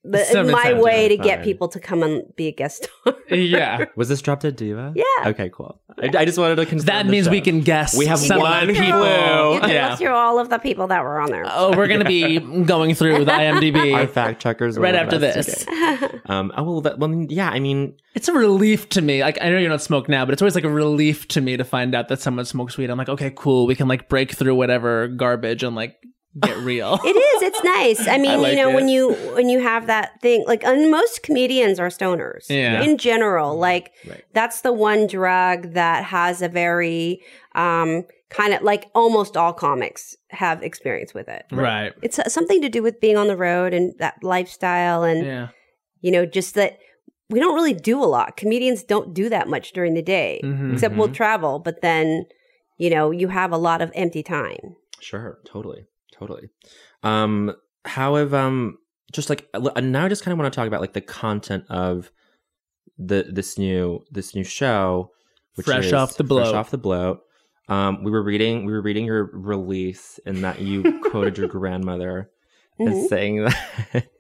Speaker 6: the,
Speaker 9: Seven
Speaker 6: my
Speaker 9: times
Speaker 6: way
Speaker 9: out
Speaker 6: to
Speaker 9: of
Speaker 6: get
Speaker 9: five.
Speaker 6: people to come and be a guest star.
Speaker 4: yeah.
Speaker 9: Was this Drop Dead Diva?
Speaker 6: Yeah.
Speaker 9: Okay, cool. I, I just wanted to confirm.
Speaker 4: That
Speaker 9: the
Speaker 4: means we
Speaker 9: show.
Speaker 4: can guess
Speaker 9: We have
Speaker 4: some
Speaker 9: one
Speaker 4: people.
Speaker 9: clue.
Speaker 6: You can look through all of the people that were on there.
Speaker 4: Oh, we're
Speaker 9: <laughs>
Speaker 4: gonna be going through with IMDb.
Speaker 9: Our fact checkers will
Speaker 4: right after this.
Speaker 9: investigate. Um, oh well, that, well, yeah. I mean,
Speaker 4: It's a relief to me. Like I know you don't smoke now, but it's always like a relief to me to find out that someone smokes weed. I'm like, okay, cool. We can like break through whatever garbage and like get <laughs> real.
Speaker 6: It is. It's nice. I
Speaker 4: <laughs>
Speaker 6: mean,
Speaker 4: I like
Speaker 6: you know, when
Speaker 4: it.
Speaker 6: you when you have that thing, like, and most comedians are stoners.
Speaker 4: Yeah. Mm-hmm.
Speaker 6: In general, like that's the one drug that has a very um kind of like almost all comics have experience with it.
Speaker 4: right.
Speaker 6: It's uh, something to do with being on the road and that lifestyle, and
Speaker 4: Yeah.
Speaker 6: you know, just that we don't really do a lot. Comedians don't do that much during the day,
Speaker 9: Mhm.
Speaker 7: Mm-hmm.
Speaker 6: except we'll
Speaker 4: Mm-hmm.
Speaker 9: Mhm.
Speaker 6: travel, but then you know, you have a lot of empty time.
Speaker 9: Sure, totally, totally. Um, uh, how have um, just like l- and now I just kind of want to talk about like the content of the this new this new show,
Speaker 4: Fresh Off the Bloat.
Speaker 9: fresh off the bloat. Um, we were reading we were reading your release, and that
Speaker 4: <laughs>
Speaker 9: you quoted your grandmother
Speaker 3: Mhm.
Speaker 6: Mm-hmm.
Speaker 4: Mm-hmm.
Speaker 9: as saying that. <laughs>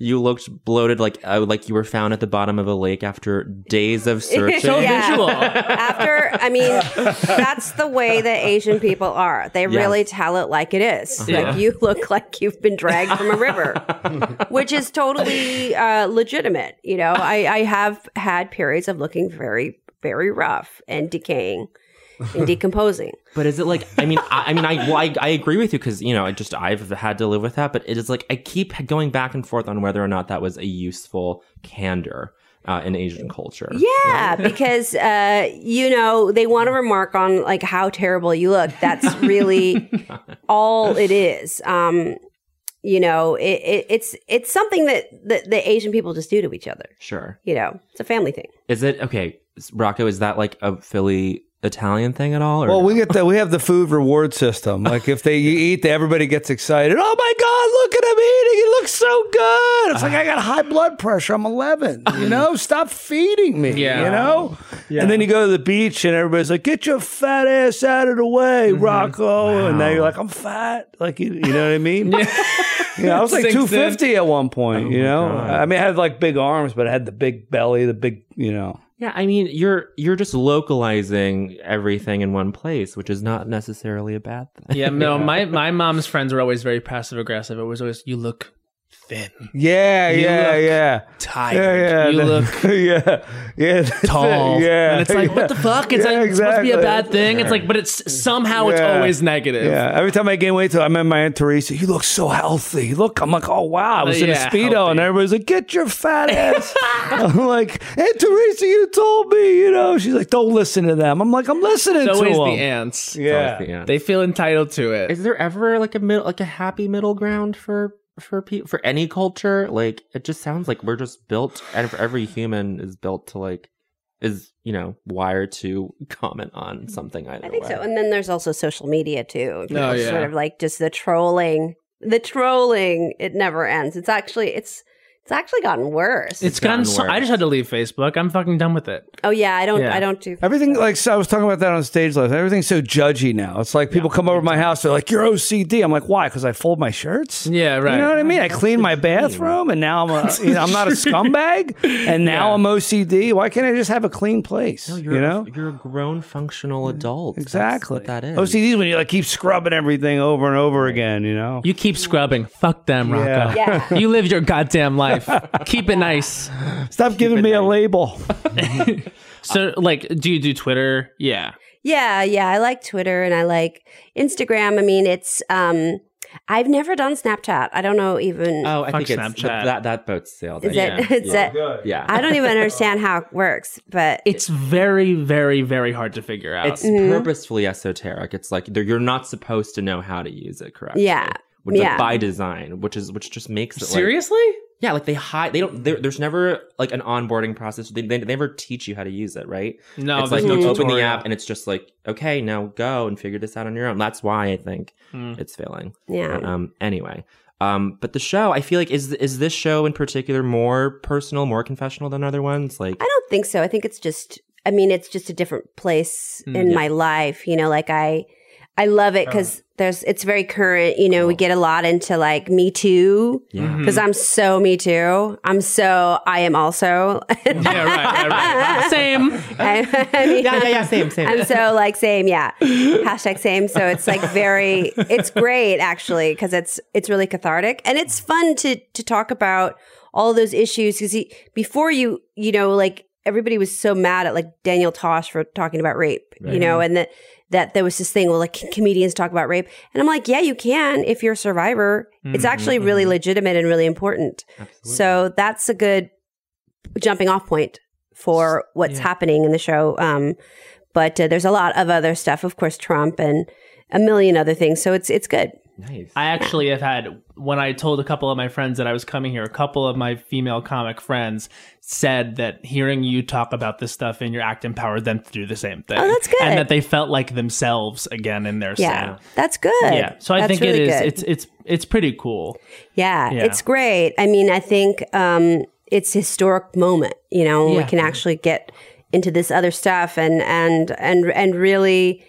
Speaker 9: You looked bloated, like uh, like you were found at the bottom of a lake after days
Speaker 4: <laughs>
Speaker 9: of searching.
Speaker 6: Yeah. After, I mean, that's the way that Asian people are. They
Speaker 9: Yeah.
Speaker 6: really tell it like it is.
Speaker 9: Yeah.
Speaker 6: Like you look like you've been dragged from a river,
Speaker 4: <laughs>
Speaker 6: which is totally uh, legitimate. You know, I, I have had periods of looking very, very rough and decaying and decomposing.
Speaker 9: But is it like? I mean, I, I mean, I, well, I I agree with you because you know, I just I've had to live with that. But it is like I keep going back and forth on whether or not that was a useful candor uh, in Asian culture.
Speaker 6: Yeah, because uh, you know they want to remark on like how terrible you look. That's really all it is. Um, you know, it, it, it's it's something that the, the Asian people just do to each other.
Speaker 9: Sure.
Speaker 6: You know, it's a family thing.
Speaker 9: Is it okay, s- Rocco? Is that like a Philly Italian thing at all? Or
Speaker 7: Well, we get the, we have the food reward system. Like if they you eat, everybody gets excited. Oh my god, look at him eating! He looks so good. It's like I got high blood pressure. I'm 11. You know, stop feeding me.
Speaker 3: Yeah.
Speaker 7: You know. And then you go to the beach, and everybody's like, "Get your fat ass out of the way, Rocco!" And now you're like, "I'm fat." Like you, you know what I mean? <laughs> yeah. I was like
Speaker 3: Sinks in.
Speaker 7: 250 at one point. you know, I mean, I had like big arms, but I had the big belly, the big, you know.
Speaker 9: yeah, I mean, you're you're just localizing everything in one place, which is not necessarily a bad thing.
Speaker 4: <laughs> Yeah, no, my my mom's friends were always very passive aggressive. It was always you look thin.
Speaker 7: Yeah,
Speaker 4: You
Speaker 7: yeah,
Speaker 4: look
Speaker 7: yeah.
Speaker 4: tired.
Speaker 7: Yeah, yeah.
Speaker 4: You
Speaker 7: <laughs> look yeah, yeah, that's it.
Speaker 4: Tall.
Speaker 7: Yeah,
Speaker 4: And it's like, what the fuck? It's like, it's supposed to be a bad thing. It's
Speaker 7: Sure.
Speaker 4: like, but it's somehow it's
Speaker 7: Yeah.
Speaker 4: always negative.
Speaker 7: Yeah, every time I gain weight, I met my aunt Teresa. You look so healthy. Look, I'm like, oh wow, I was in a
Speaker 4: Yeah,
Speaker 7: speedo, and everybody's like, get your
Speaker 4: <laughs>
Speaker 7: fat ass. I'm like, Aunt Teresa, you told me, you know. She's like, don't listen to them. I'm like, I'm listening
Speaker 4: It's
Speaker 7: to
Speaker 4: always
Speaker 7: them.
Speaker 4: the ants.
Speaker 7: Yeah.
Speaker 4: They feel entitled to it.
Speaker 9: Is there ever like a middle, like a happy middle ground for for people for any culture? Like it just sounds like we're just built, and for every human is built to like is you know wired <laughs> to comment on something.
Speaker 2: Oh,
Speaker 9: Either
Speaker 6: I think
Speaker 9: way.
Speaker 6: so. And then there's also social media too.
Speaker 9: Oh,
Speaker 6: It's
Speaker 9: yeah.
Speaker 6: Sort of like just the trolling. The trolling. It never ends. It's actually it's it's actually gotten worse.
Speaker 4: It's gotten. So, I just had to leave Facebook. I'm fucking done with it.
Speaker 6: Oh yeah, I don't
Speaker 7: Yeah.
Speaker 6: I don't do
Speaker 7: Everything like so I was talking about that on stage last. night. Everything's so judgy now. It's like people come over to my house. They're like, "You're OCD." I'm like, "Why?" Because I fold my shirts.
Speaker 4: Yeah, right.
Speaker 7: You know what I mean? I clean my bathroom, and now I'm a, you know, I'm not a scumbag, and now I'm OCD. Why can't I just have a clean place?
Speaker 9: you're,
Speaker 7: you know.
Speaker 9: you're a grown functional
Speaker 4: Mm,
Speaker 9: adult.
Speaker 7: Exactly.
Speaker 9: That's what that
Speaker 4: Oh,
Speaker 9: is.
Speaker 7: OCD is when you like keep scrubbing everything over and over again, you know?
Speaker 4: You keep scrubbing. Fuck them, Rocco.
Speaker 7: Yeah.
Speaker 4: you live your goddamn life. Keep it nice.
Speaker 7: Stop giving me a label.
Speaker 4: so, like, do you do Twitter? Yeah.
Speaker 6: Yeah, yeah. I like Twitter and I like Instagram. I mean, it's um I've never done Snapchat. I don't know even
Speaker 9: Oh, I think it's that, that that boat sailed.
Speaker 6: Is <laughs> it-
Speaker 9: Yeah.
Speaker 6: is it-
Speaker 9: yeah. yeah.
Speaker 6: I don't even understand how it works, but
Speaker 4: It's very, very, very hard to figure out.
Speaker 9: It's
Speaker 6: Mm-hmm.
Speaker 9: purposefully esoteric. It's like they're- you're not supposed to know how to use it correctly.
Speaker 6: Yeah.
Speaker 9: Which like,
Speaker 6: Yeah.
Speaker 9: by design, which is which just makes it like-
Speaker 4: Seriously?
Speaker 9: yeah, like they hide. They don't. there- There's never like an onboarding process. They, they never teach you how to use it, right?
Speaker 4: No,
Speaker 9: it's
Speaker 4: there's
Speaker 9: like
Speaker 4: no
Speaker 9: you open the
Speaker 4: tutorial.
Speaker 9: app and it's just like, okay, now go and figure this out on your own. That's why I think
Speaker 4: Hmm.
Speaker 9: it's failing.
Speaker 6: Yeah.
Speaker 9: Um. Anyway. Um. But the show, I feel like, is is this show in particular more personal, more confessional than other ones? Like,
Speaker 6: I don't think so. I think it's just I mean, it's just a different place
Speaker 9: Mm,
Speaker 6: in
Speaker 9: yeah.
Speaker 6: my life, you know, like I I love it cuz there's it's very current, you know, we get a lot into like me too
Speaker 9: Uh-huh. Yeah.
Speaker 6: cuz I'm so me too. I'm so I am also. <laughs>
Speaker 4: yeah, right, <laughs> right. Same.
Speaker 6: I, I mean,
Speaker 4: Yeah, yeah, yeah, same, same.
Speaker 6: I'm so like same,
Speaker 4: <laughs>
Speaker 6: yeah. Hashtag same. So it's like very, it's great actually because it's it's really cathartic and it's fun to to talk about all those issues because before you you know like everybody was so mad at like Daniel Tosh for talking about rape, you
Speaker 12: Right.
Speaker 6: know, and that that there was this thing well like can comedians talk about rape and I'm like yeah you can if you're a survivor. It's
Speaker 12: Mhm,
Speaker 4: Mm-hmm,
Speaker 6: actually really legitimate and really important. So that's a good jumping off point for what's happening in the show. Um, but uh, there's a lot of other stuff, of course, Trump and a million other things. So it's it's good.
Speaker 4: I actually have had when I told a couple of my friends that I was coming here, a couple of my female comic friends said that hearing you talk about this stuff in your act empowered them to do the same thing.
Speaker 6: Oh, that's good.
Speaker 4: And that they felt like themselves again in their
Speaker 6: Yeah,
Speaker 4: stand.
Speaker 6: that's good.
Speaker 4: Yeah. So I
Speaker 6: That's
Speaker 4: think
Speaker 6: really
Speaker 4: it is
Speaker 6: good.
Speaker 4: it's it's it's pretty cool.
Speaker 6: Yeah,
Speaker 4: Yeah.
Speaker 6: it's great. I mean, I think um, its historic moment, you know, when we
Speaker 4: Yeah.
Speaker 6: can actually get into this other stuff and and and and really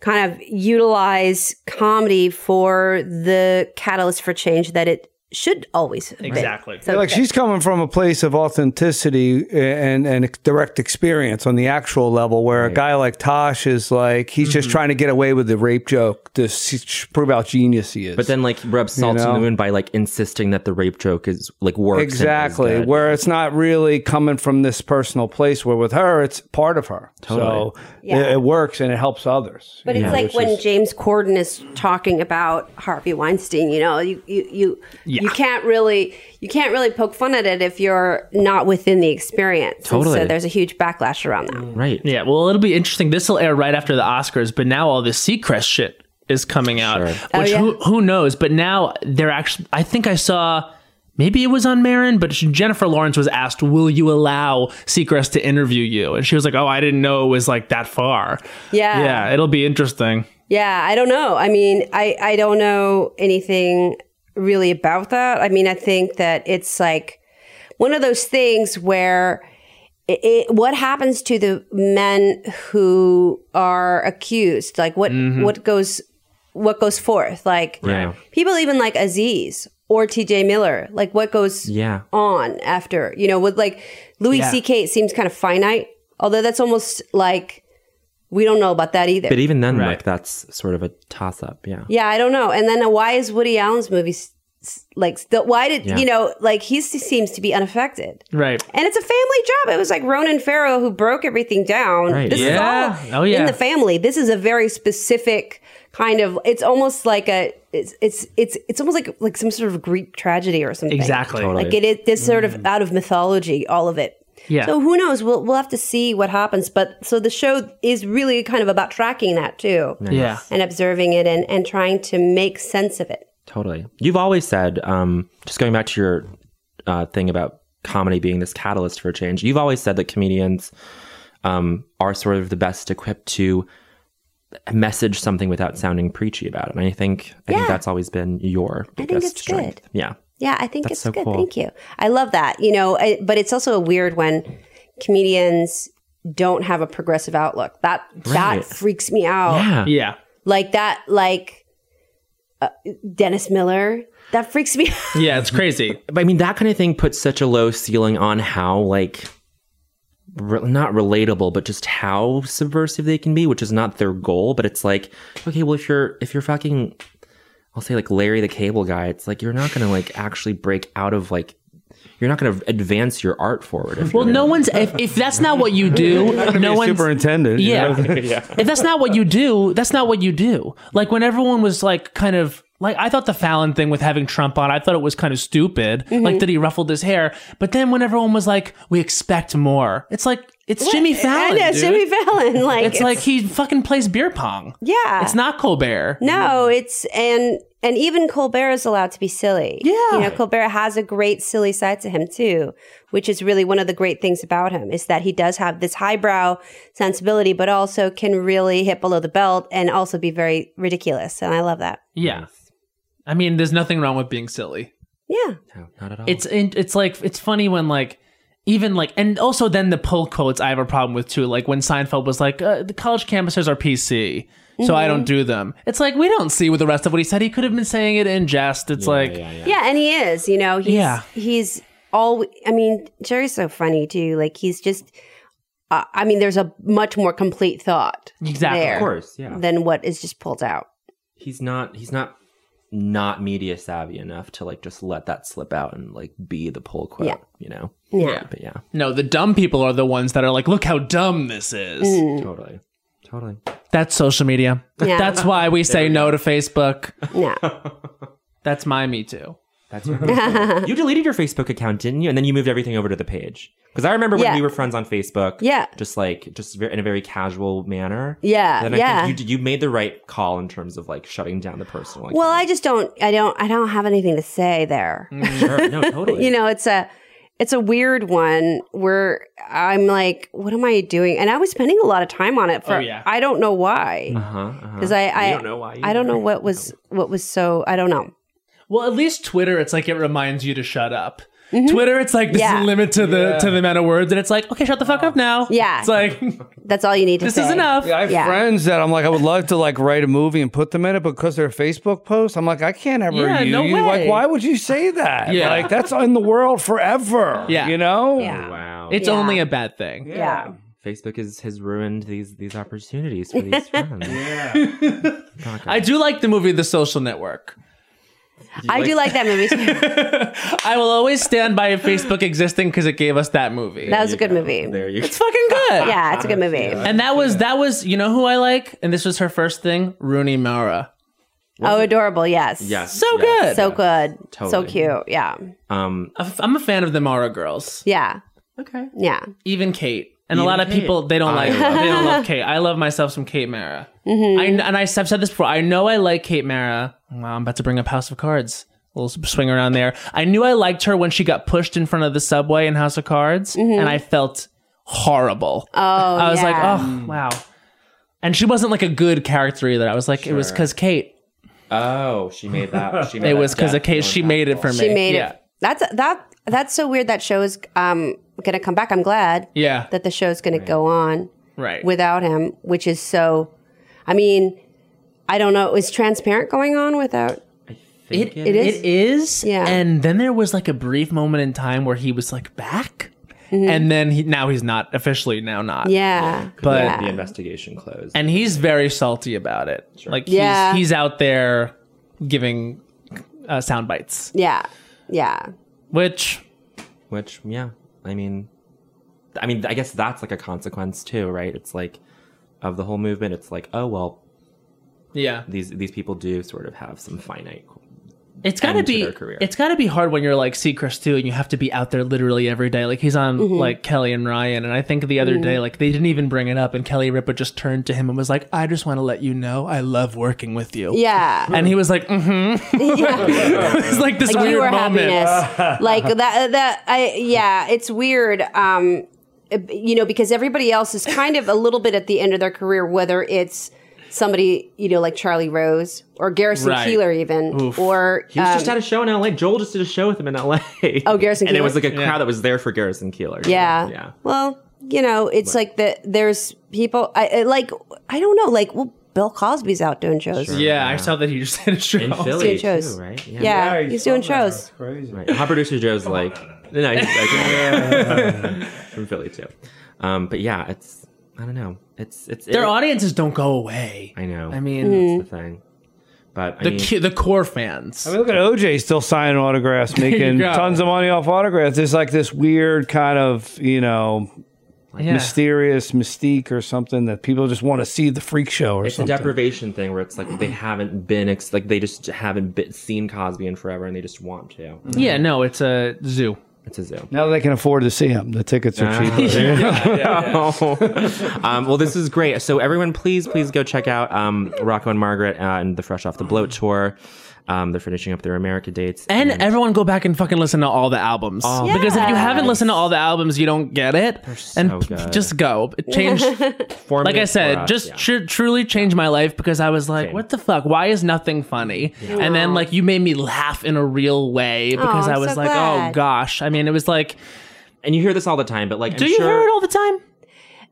Speaker 6: kind of utilize comedy for the catalyst for change that it should always have been.
Speaker 1: Exactly.
Speaker 6: So
Speaker 7: Yeah, like
Speaker 6: that-
Speaker 7: she's coming from a place of authenticity and and direct experience on the actual level, where a guy like Tosh is like he's just trying to get away with the rape joke to s- prove how genius he is.
Speaker 2: But then like rub salt
Speaker 7: You
Speaker 2: in the
Speaker 7: know?
Speaker 2: wound by like insisting that the rape joke is like works. and is
Speaker 7: exactly
Speaker 2: good.
Speaker 7: where it's not really coming from this personal place. Where with her, it's part of her, so
Speaker 2: Totally.
Speaker 7: it,
Speaker 6: Yeah.
Speaker 7: it works and it helps others.
Speaker 6: But
Speaker 7: you
Speaker 6: it's
Speaker 7: know,
Speaker 6: like
Speaker 7: which
Speaker 6: when
Speaker 7: is-
Speaker 6: James Corden is talking about Harvey Weinstein. You know, you you you, you
Speaker 7: Yeah.
Speaker 6: can't really you can't really poke fun at it if you're not within the experience. And
Speaker 1: Totally.
Speaker 6: so there's a huge backlash around that.
Speaker 2: Right.
Speaker 1: Yeah. Well, it'll be interesting. This will air right after the Oscars, but now all this Seacrest shit is coming out, which
Speaker 6: Oh, yeah?
Speaker 1: who, who knows? But now they're actually. I think I saw. Maybe it was on Marin, but Jennifer Lawrence was asked, "Will you allow Seacrest to interview you?" And she was like, "Oh, I didn't know it was like that far."
Speaker 6: Yeah.
Speaker 1: Yeah. It'll be interesting.
Speaker 6: Yeah, I don't know. I mean, I, I don't know anything really about that. I mean, I think that it's like one of those things where it, it, what happens to the men who are accused? Like what
Speaker 4: Mhm.
Speaker 6: what goes what goes forth? Like
Speaker 4: Yeah.
Speaker 6: people even like Aziz or TJ Miller, like what goes
Speaker 4: Yeah.
Speaker 6: on after, you know, with like Louis
Speaker 2: Yeah.
Speaker 6: CK it seems kind of finite, although that's almost like we don't know about that either.
Speaker 2: But even then, like that's sort of a toss up. Yeah.
Speaker 6: Yeah, I don't know. And then uh, why is Woody Allen's movies s- like still, why did
Speaker 2: Yeah.
Speaker 6: you know like he s- seems to be unaffected?
Speaker 1: Right.
Speaker 6: And it's a family job. It was like Ronan Farrow who broke everything down.
Speaker 1: Right.
Speaker 6: This
Speaker 1: Yeah.
Speaker 6: is all
Speaker 1: Oh, yeah.
Speaker 6: in the family. This is a very specific kind of. It's almost like a. It's it's it's it's almost like like some sort of Greek tragedy or something.
Speaker 1: Exactly. Totally. Mm.
Speaker 6: Like it is this sort of out of mythology. All of it.
Speaker 1: Yeah.
Speaker 6: So who knows? We'll we'll have to see what happens. But so the show is really kind of about tracking that too.
Speaker 2: Nice. Yeah.
Speaker 6: And observing it and and trying to make sense of it.
Speaker 2: Totally. You've always said, um, just going back to your uh, thing about comedy being this catalyst for change, you've always said that comedians um, are sort of the best equipped to message something without sounding preachy about it. And I think I
Speaker 6: Yeah.
Speaker 2: think that's always been your
Speaker 6: I think
Speaker 2: biggest
Speaker 6: it's
Speaker 2: strength.
Speaker 6: good.
Speaker 2: Yeah.
Speaker 6: Yeah, I think
Speaker 2: That's
Speaker 6: it's
Speaker 2: so
Speaker 6: good.
Speaker 2: cool.
Speaker 6: Thank you. I love that. You know, I, but it's also weird when comedians don't have a progressive outlook. That
Speaker 4: Right.
Speaker 6: that freaks me out.
Speaker 1: Yeah.
Speaker 6: Like that like uh, Dennis Miller, that freaks me <laughs> out.
Speaker 1: Yeah, it's crazy.
Speaker 2: But I mean, that kind of thing puts such a low ceiling on how like re- not relatable, but just how subversive they can be, which is not their goal. But it's like, okay, well, if you're if you're fucking, I'll say like Larry the Cable Guy, it's like you're not gonna like actually break out of like you're not gonna advance your art forward. If
Speaker 1: Well, no one's if, if that's not what you do, no one's
Speaker 7: superintendent.
Speaker 1: you <laughs> <laughs> Yeah. know? if that's not what you do, that's not what you do. Like when everyone was like kind of like I thought the Fallon thing with having Trump on, I thought it was kind of stupid.
Speaker 6: Mm-hmm.
Speaker 1: Like that he ruffled his hair. But then when everyone was like, We expect more, it's like it's
Speaker 6: What?
Speaker 1: Jimmy Fallon.
Speaker 6: I know,
Speaker 1: dude.
Speaker 6: Jimmy Fallon, like,
Speaker 1: it's,
Speaker 6: it's-
Speaker 1: like he fucking plays beer pong.
Speaker 6: Yeah.
Speaker 1: It's not Colbert.
Speaker 6: No, it's and and even Colbert is allowed to be silly. Yeah, you know, Colbert has a great silly side to him too, which is really one of the great things about him is that he does have this highbrow sensibility, but also can really hit below the belt and also be very ridiculous. And I love that.
Speaker 1: Yeah. I mean, there's nothing wrong with being silly.
Speaker 6: Yeah.
Speaker 2: No, not at all.
Speaker 1: It's in- it's like it's funny when like even like and also then the pull quotes I have a problem with too. Like when Seinfeld was like uh, the college campuses are PC, so I don't
Speaker 6: Mhm.
Speaker 1: do them. It's like we don't see what the rest of what he said. He could have been saying it in jest. It's like
Speaker 6: Oh, Yeah. and he is. You know, he's
Speaker 1: Yeah.
Speaker 6: he's all. I mean, Jerry's so funny too. Like he's just. Uh, I mean, there's a much more complete thought
Speaker 2: Exactly. Of
Speaker 6: there
Speaker 2: course, yeah.
Speaker 6: than what is just pulled out.
Speaker 2: he's not he's not not media savvy enough to like just let that slip out and like be the pull quote.
Speaker 1: Yeah.
Speaker 2: You know.
Speaker 1: Yeah.
Speaker 2: But yeah.
Speaker 1: no, the dumb people are the ones that are like, look how dumb this is.
Speaker 6: Mm.
Speaker 2: Totally. Totally.
Speaker 1: That's social media. <laughs>
Speaker 2: Yeah.
Speaker 1: That's why we say no to Facebook.
Speaker 6: Yeah.
Speaker 1: That's my me too.
Speaker 6: <laughs>
Speaker 2: That's you deleted your Facebook account, didn't you? And then you moved everything over to the page. Because I remember when
Speaker 6: Yeah.
Speaker 2: we were friends on Facebook.
Speaker 6: Yeah.
Speaker 2: Just like, just ve- in a very casual manner.
Speaker 6: Yeah,
Speaker 2: Then
Speaker 6: yeah.
Speaker 2: I think you, d- you made the right call in terms of like shutting down the personal.
Speaker 6: well, I just don't. I don't. I don't have anything to say there.
Speaker 2: <laughs> sure.
Speaker 6: <laughs>
Speaker 2: No, totally.
Speaker 6: you know, it's a. It's a weird one where I'm like, what am I doing? And I was spending a lot of time on it for
Speaker 2: Oh, yeah.
Speaker 6: I don't
Speaker 1: <laughs>
Speaker 6: know why.
Speaker 1: Uh-huh.
Speaker 2: Uh huh.
Speaker 6: Because I, I
Speaker 1: don't know why
Speaker 6: I don't know what was what was so I don't know.
Speaker 1: Well, at least Twitter, it's like it reminds you to shut up. Twitter, it's like this
Speaker 6: Mm-hmm. Yeah.
Speaker 1: limit to the
Speaker 6: Yeah.
Speaker 1: to the amount of words, and it's like, okay, shut the fuck up now.
Speaker 6: Yeah.
Speaker 1: It's <laughs> like
Speaker 6: That's all you need to
Speaker 1: This
Speaker 6: say.
Speaker 1: is enough.
Speaker 7: Yeah, I have friends that I'm like, I would love to like write a movie and put them in it because they're Facebook posts. I'm like, I can't ever.
Speaker 1: Yeah,
Speaker 7: use
Speaker 1: no
Speaker 7: you. Like,
Speaker 1: way.
Speaker 7: why would you say that?
Speaker 1: Yeah.
Speaker 7: like that's in the world forever.
Speaker 1: Yeah.
Speaker 7: you know.
Speaker 9: Oh,
Speaker 6: Yeah.
Speaker 2: Wow.
Speaker 1: It's only a bad thing.
Speaker 6: Yeah.
Speaker 2: Facebook is, has ruined these these opportunities for
Speaker 6: <laughs>
Speaker 2: these friends.
Speaker 1: I do like the movie The Social Network.
Speaker 6: I do like that movie too.
Speaker 1: I will always stand by Facebook existing because it gave us that movie.
Speaker 6: That was a good movie. There
Speaker 2: you
Speaker 1: It's fucking good.
Speaker 6: Yeah, it's a good movie.
Speaker 1: And that was that was you know who I like, and this was her first thing, Rooney Mara.
Speaker 6: Oh, adorable. Yes.
Speaker 1: Yes, So yes, good.
Speaker 6: So
Speaker 1: yes.
Speaker 6: good. So
Speaker 1: Totally.
Speaker 6: cute. Yeah.
Speaker 2: Um,
Speaker 1: I'm a fan of the Mara girls,
Speaker 6: Yeah.
Speaker 1: Okay.
Speaker 6: Yeah.
Speaker 1: even Kate, and
Speaker 6: Even
Speaker 1: a lot of
Speaker 6: Kate.
Speaker 1: people they don't
Speaker 6: I
Speaker 1: like.
Speaker 6: love-
Speaker 1: they don't love Kate. I love myself some Kate Mara.
Speaker 6: Mhm.
Speaker 1: I, and I, have said this before. I know I like Kate Mara. Wow, I'm about to bring up House of Cards. A little swing around there. I knew I liked her when she got pushed in front of the subway in House of Cards,
Speaker 6: Mm-hmm.
Speaker 1: and I felt horrible.
Speaker 6: Oh,
Speaker 1: I was like,
Speaker 6: yeah.
Speaker 1: oh wow. And she wasn't like a good character either. I was like, it was
Speaker 2: Sure.
Speaker 1: because Kate.
Speaker 2: Oh, she made
Speaker 6: <laughs>
Speaker 2: that. She made
Speaker 1: It
Speaker 2: that
Speaker 1: was because of
Speaker 2: death
Speaker 1: Kate. She made it for me.
Speaker 6: She made
Speaker 1: yeah.
Speaker 6: it. That's that. That's so weird. That show is um gonna come back. I'm glad.
Speaker 1: Yeah.
Speaker 6: That the show's gonna go on.
Speaker 1: Right.
Speaker 6: Without him, which is so. I mean, I don't know. Is transparent going on without?
Speaker 1: It,
Speaker 6: it is?
Speaker 1: It is.
Speaker 6: Yeah.
Speaker 1: And then there was like a brief moment in time where he was like back,
Speaker 6: Mm-hmm.
Speaker 1: and then he now he's not officially now not.
Speaker 6: Yeah.
Speaker 1: But
Speaker 6: Yeah.
Speaker 2: The investigation closed.
Speaker 1: and he's very salty about it. Like he's,
Speaker 6: Yeah.
Speaker 1: he's out there giving uh, sound bites,
Speaker 6: Yeah. Yeah.
Speaker 1: which
Speaker 2: which yeah i mean i mean i guess that's like a consequence too right it's like of the whole movement it's like oh well
Speaker 1: yeah
Speaker 2: these these people do sort of have some finite
Speaker 1: it's gotta
Speaker 2: End to
Speaker 1: be
Speaker 2: their career.
Speaker 1: it's gotta be hard when you're like Seacrest too, and you have to be out there literally every day. Like he's on
Speaker 6: Mm-hmm.
Speaker 4: Mhm.
Speaker 1: like Kelly and Ryan, and I think the other
Speaker 4: Mhm.
Speaker 1: day like they didn't even bring it up, and Kelly Ripa just turned to him and was like, "I just want to let you know I love working with you."
Speaker 6: Yeah. <laughs>
Speaker 1: and he was like, "Mm-hmm." <laughs>
Speaker 2: Oh,
Speaker 1: it's like this
Speaker 6: you
Speaker 1: weird
Speaker 6: are
Speaker 1: moment.
Speaker 6: happiness. like that that i yeah it's weird um you know because everybody else is kind of a little bit at the end of their career whether it's somebody you know like charlie rose or garrison
Speaker 2: Right.
Speaker 6: keeler even
Speaker 2: Oof.
Speaker 6: or
Speaker 2: he was
Speaker 6: um,
Speaker 2: just at a show in LA. Joel just did a show with him in LA.
Speaker 6: Oh, Garrison
Speaker 2: <laughs> And it
Speaker 6: Keillor?
Speaker 2: was like a
Speaker 6: Yeah.
Speaker 2: crowd that was there for Garrison Keeler.
Speaker 6: yeah
Speaker 2: Yeah.
Speaker 6: well you know it's like the there's people I, I like i don't know like well bill cosby's out doing shows
Speaker 1: yeah, I saw that he just did a show
Speaker 2: In
Speaker 6: he's
Speaker 2: Philly,
Speaker 6: doing shows
Speaker 2: too, right?
Speaker 6: Oh, yeah, he's doing shows
Speaker 7: Crazy.
Speaker 2: Right. Hot producer Joe's like, no, no, he's like from Philly too. Um, but yeah, it's I don't know. It's it's
Speaker 1: Their
Speaker 2: it-
Speaker 1: audiences don't go away.
Speaker 2: I know.
Speaker 1: I mean-
Speaker 2: that's the thing. But I
Speaker 1: The
Speaker 2: mean,
Speaker 1: cu- the core fans.
Speaker 7: I mean, look at OJ still signing autographs,
Speaker 1: <laughs> There you
Speaker 7: making
Speaker 1: go.
Speaker 7: tons of money off autographs. There's like this weird kind of, you know,
Speaker 1: Yeah.
Speaker 7: mysterious mystique or something that people just want to see the freak show or
Speaker 2: it's
Speaker 7: something.
Speaker 2: a deprivation thing where it's like they haven't been ex- like they just haven't been, seen Cosby in forever and they just want to.
Speaker 1: Yeah, no, it's a zoo.
Speaker 2: <laughs> It's a zoo.
Speaker 7: now they can afford to see him. The tickets are cheap. <laughs>
Speaker 2: Ah. Yeah, yeah, yeah. <laughs> um, well, this is great. So everyone, please, please go check out um, Rocco and Margaret uh, and the Fresh Off the Bloat tour. Um, they're finishing up their America dates.
Speaker 1: And everyone go back and fucking listen to all the albums.
Speaker 2: All
Speaker 1: because if you
Speaker 2: the
Speaker 1: haven't listened to all the albums, you don't get it. and p-
Speaker 2: good.
Speaker 1: just go. It
Speaker 2: <laughs>
Speaker 1: changed. like I
Speaker 2: Formative for
Speaker 1: said,
Speaker 2: us,
Speaker 1: just
Speaker 2: yeah.
Speaker 1: tru- truly changed my life because I was like, what the fuck? Why is nothing funny? And then, like, you made me laugh in a real way because
Speaker 2: Aw,
Speaker 1: I
Speaker 2: I'm
Speaker 1: was
Speaker 2: so
Speaker 1: like, oh
Speaker 2: glad.
Speaker 1: gosh. I mean, it was like.
Speaker 2: And you hear this all the time, but like,
Speaker 1: do
Speaker 2: I'm
Speaker 1: you
Speaker 2: sure,
Speaker 1: hear it all the time?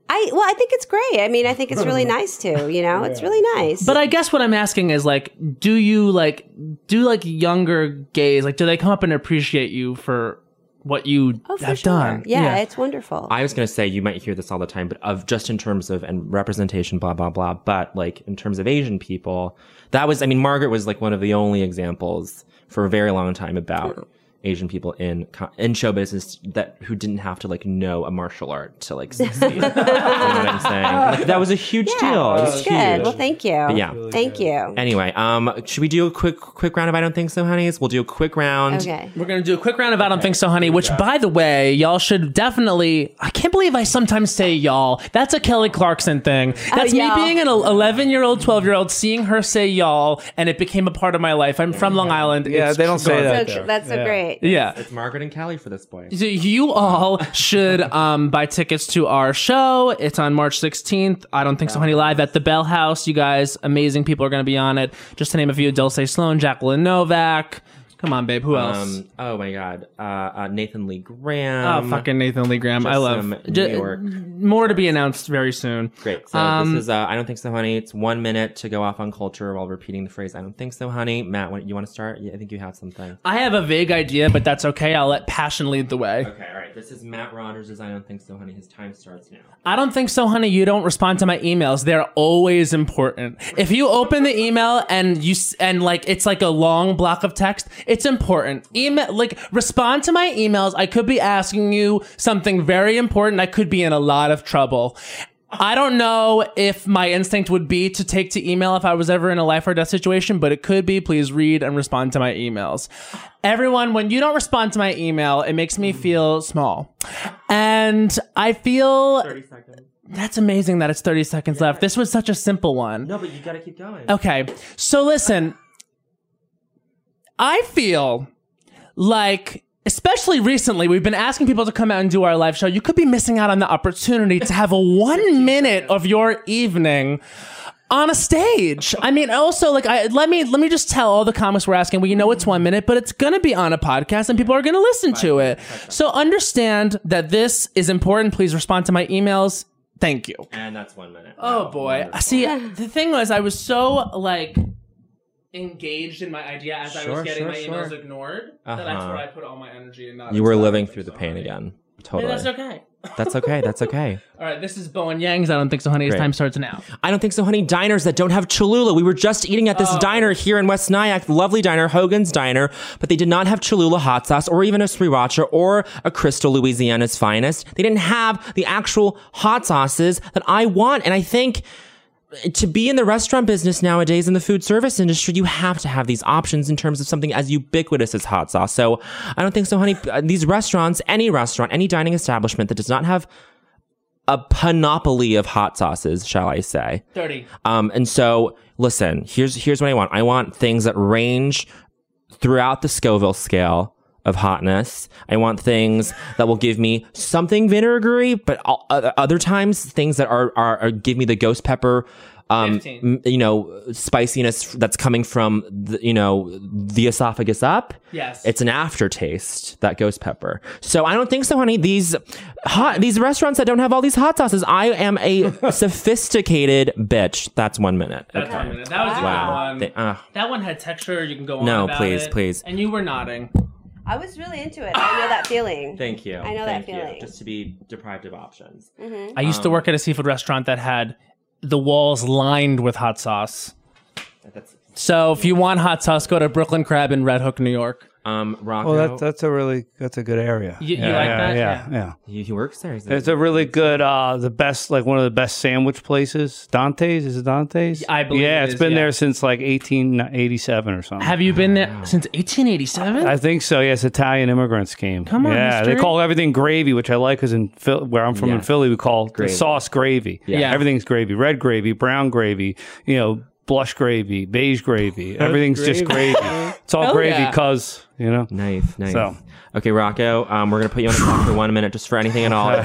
Speaker 6: i well i think it's great i mean i think it's really nice too you know it's really nice
Speaker 1: But I guess what I'm asking is like, do you like do like younger gays like do they come up and appreciate you for what you have done?
Speaker 6: Oh, Yeah, it's wonderful.
Speaker 2: I was going to say you might hear this all the time, but of just in terms of and representation, blah blah blah. But like in terms of Asian people, that was I mean Margaret was like one of the only examples for a very long time about Asian people in co- in show business that who didn't have to like know a martial art to like succeed. you know what I'm saying? Like, that was a huge deal. It was
Speaker 6: That's good.
Speaker 2: huge.
Speaker 6: Well, thank you.
Speaker 2: But yeah.
Speaker 6: thank you.
Speaker 2: Anyway, um, should we do a quick quick round of I don't think so, honeys? We'll do a quick round.
Speaker 6: Okay.
Speaker 1: We're gonna do a quick round of I don't think so, honey. Which, by the way, y'all should definitely. I can't believe I sometimes say y'all. That's a Kelly Clarkson thing. That's me
Speaker 6: y'all.
Speaker 1: being an 11 year old, 12 year old, seeing her say y'all, and it became a part of my life. I'm from Long Island.
Speaker 7: Yeah,
Speaker 1: It's
Speaker 7: they don't say
Speaker 1: garbage.
Speaker 7: that.
Speaker 6: So- that's so
Speaker 7: Yeah.
Speaker 6: great.
Speaker 1: Yeah.
Speaker 2: It's Margaret and Callie for this boy.
Speaker 1: So You all should um, buy tickets to our show. It's on March 16th. I don't think so, honey. Live at the Bell House. You guys, amazing people are going to be on it. Just to name a few: Dulce Sloan, Jacqueline Novak,
Speaker 4: Come on, babe. Who else?
Speaker 2: Um, oh my God, uh, uh, Nathan Lee
Speaker 4: oh,
Speaker 2: Graham.
Speaker 4: fucking Nathan Lee Graham. I
Speaker 2: um, Just
Speaker 4: love
Speaker 2: some New
Speaker 4: Ju-
Speaker 2: York
Speaker 1: mm-hmm.
Speaker 4: More to be announced very soon.
Speaker 2: Great. So
Speaker 4: Um,
Speaker 2: this is uh, I don't think so, honey. It's one minute to go off on culture while repeating the phrase I don't think so, honey. Matt, what, you want to start? Yeah, I think you had something.
Speaker 4: I have a vague idea, but that's okay. I'll let passion lead the way.
Speaker 2: Okay, all right. This is Matt Rogers' I don't think so, honey. His time starts now.
Speaker 4: I don't think so, honey. You don't respond to my emails. They're always important. If you open the email and you s- and like it's like a long block of text, it's important. Email like respond to my emails. I could be asking you something very important. I could be in a lot of trouble. I don't know if my instinct would be to take to email if I was ever in a life or death situation, but it could be. Please read and respond to my emails. Everyone, when you don't respond to my email, it makes me feel small. And I feel that's amazing that it's 30 seconds left. This was such a simple one.
Speaker 2: No, but you got to keep going.
Speaker 4: Okay. So listen, I feel like especially recently we've been asking people to come out and do our live show. You could be missing out on the opportunity
Speaker 2: <laughs>
Speaker 4: to have a 1 minute of your evening on a stage. I mean, also like I let me let me just tell all the comics we're asking, well, you know it's 1 minute, but it's going to be on a podcast and people are going to listen to it. So understand that this is important. Please respond to my emails. Thank you.
Speaker 2: And that's one minute.
Speaker 4: Oh boy. See, the thing was, I was so like engaged in my idea as I
Speaker 2: Sure,
Speaker 4: was getting
Speaker 2: sure,
Speaker 4: my
Speaker 2: sure.
Speaker 4: emails ignored that that's
Speaker 2: Uh-huh.
Speaker 4: where I put all my energy and not.
Speaker 2: You were living through the pain again.
Speaker 4: Hey,
Speaker 2: Totally.
Speaker 4: that's okay.
Speaker 2: That's okay. That's <laughs> okay.
Speaker 4: All right, this is Bowen Yang's. I don't think so, honey. His
Speaker 2: Great.
Speaker 4: time starts now.
Speaker 2: I don't think so, honey. Diners that don't have Cholula. We were just eating at this diner here in West Nyack, lovely diner, Hogan's Diner, but they did not have Cholula hot sauce or even a sriracha or a Crystal Louisiana's finest. They didn't have the actual hot sauces that I want. And I think to be in the restaurant business nowadays in the food service industry, you have to have these options in terms of something as ubiquitous as hot sauce. So I don't think so, honey. Uh, These restaurants, any restaurant, any dining establishment that does not have a panoply of hot sauces, shall I say.
Speaker 4: Thirty.
Speaker 2: Um, and so listen, here's here's what I want. I want things that range throughout the Scoville scale of hotness. I want things that will give me something vinegary, but al- o- other times things that are, are are give me the ghost pepper. Um, m- you know, spiciness that's coming from the, you know the esophagus up.
Speaker 4: Yes.
Speaker 2: it's an aftertaste that ghost pepper. So I don't think so, honey. These hot these restaurants that don't have all these hot sauces. I am
Speaker 4: <laughs>
Speaker 2: a sophisticated bitch. That's one minute.
Speaker 4: That's one minute. That was a
Speaker 2: Wow.
Speaker 4: good
Speaker 2: They-
Speaker 4: one.
Speaker 2: ah.
Speaker 4: that one had texture. You can go on.
Speaker 2: No,
Speaker 4: about
Speaker 2: please,
Speaker 4: it.
Speaker 2: please.
Speaker 4: And you were nodding.
Speaker 6: I was really into it. I know that feeling.
Speaker 2: Thank you.
Speaker 6: I know
Speaker 2: Thank
Speaker 6: that
Speaker 2: you.
Speaker 6: feeling.
Speaker 2: Just to be deprived of options.
Speaker 6: Mhm.
Speaker 4: I used to
Speaker 2: Um,
Speaker 4: work at a seafood restaurant that had the walls lined with hot sauce. So if you want hot sauce, go to Brooklyn Crab in Red Hook, New York.
Speaker 2: Um, Rocco.
Speaker 7: Well, that, that's a really that's a good area.
Speaker 4: You- you like
Speaker 7: yeah,
Speaker 4: that?
Speaker 7: Yeah, yeah.
Speaker 2: He, he works there. He's
Speaker 7: It's a really good, uh, the best, like one of the best sandwich places. Dante's is it Dante's?
Speaker 4: I believe it
Speaker 7: Yeah, has
Speaker 4: is,
Speaker 7: been
Speaker 4: yeah.
Speaker 7: there since like 1887 or something.
Speaker 4: Have you been there since 1887?
Speaker 7: I think so. Yes, Italian immigrants came.
Speaker 4: Come on,
Speaker 7: yeah. They
Speaker 4: history.
Speaker 7: call everything gravy, which I like, because in Phil- where I'm from in
Speaker 4: Yes.
Speaker 7: Philly, we call the
Speaker 4: Gravy.
Speaker 7: sauce gravy.
Speaker 4: Yeah. Yeah.
Speaker 7: everything's gravy: red gravy, brown gravy, you know, blush gravy, beige gravy. Everything's just
Speaker 2: gravy.
Speaker 7: gravy. it's all
Speaker 2: Hell
Speaker 7: gravy,
Speaker 2: yeah.
Speaker 7: cause you know.
Speaker 2: Nice, nice.
Speaker 7: So.
Speaker 2: Okay, Rocco, um, we're gonna put you on the clock for one minute, just for anything at all. <laughs>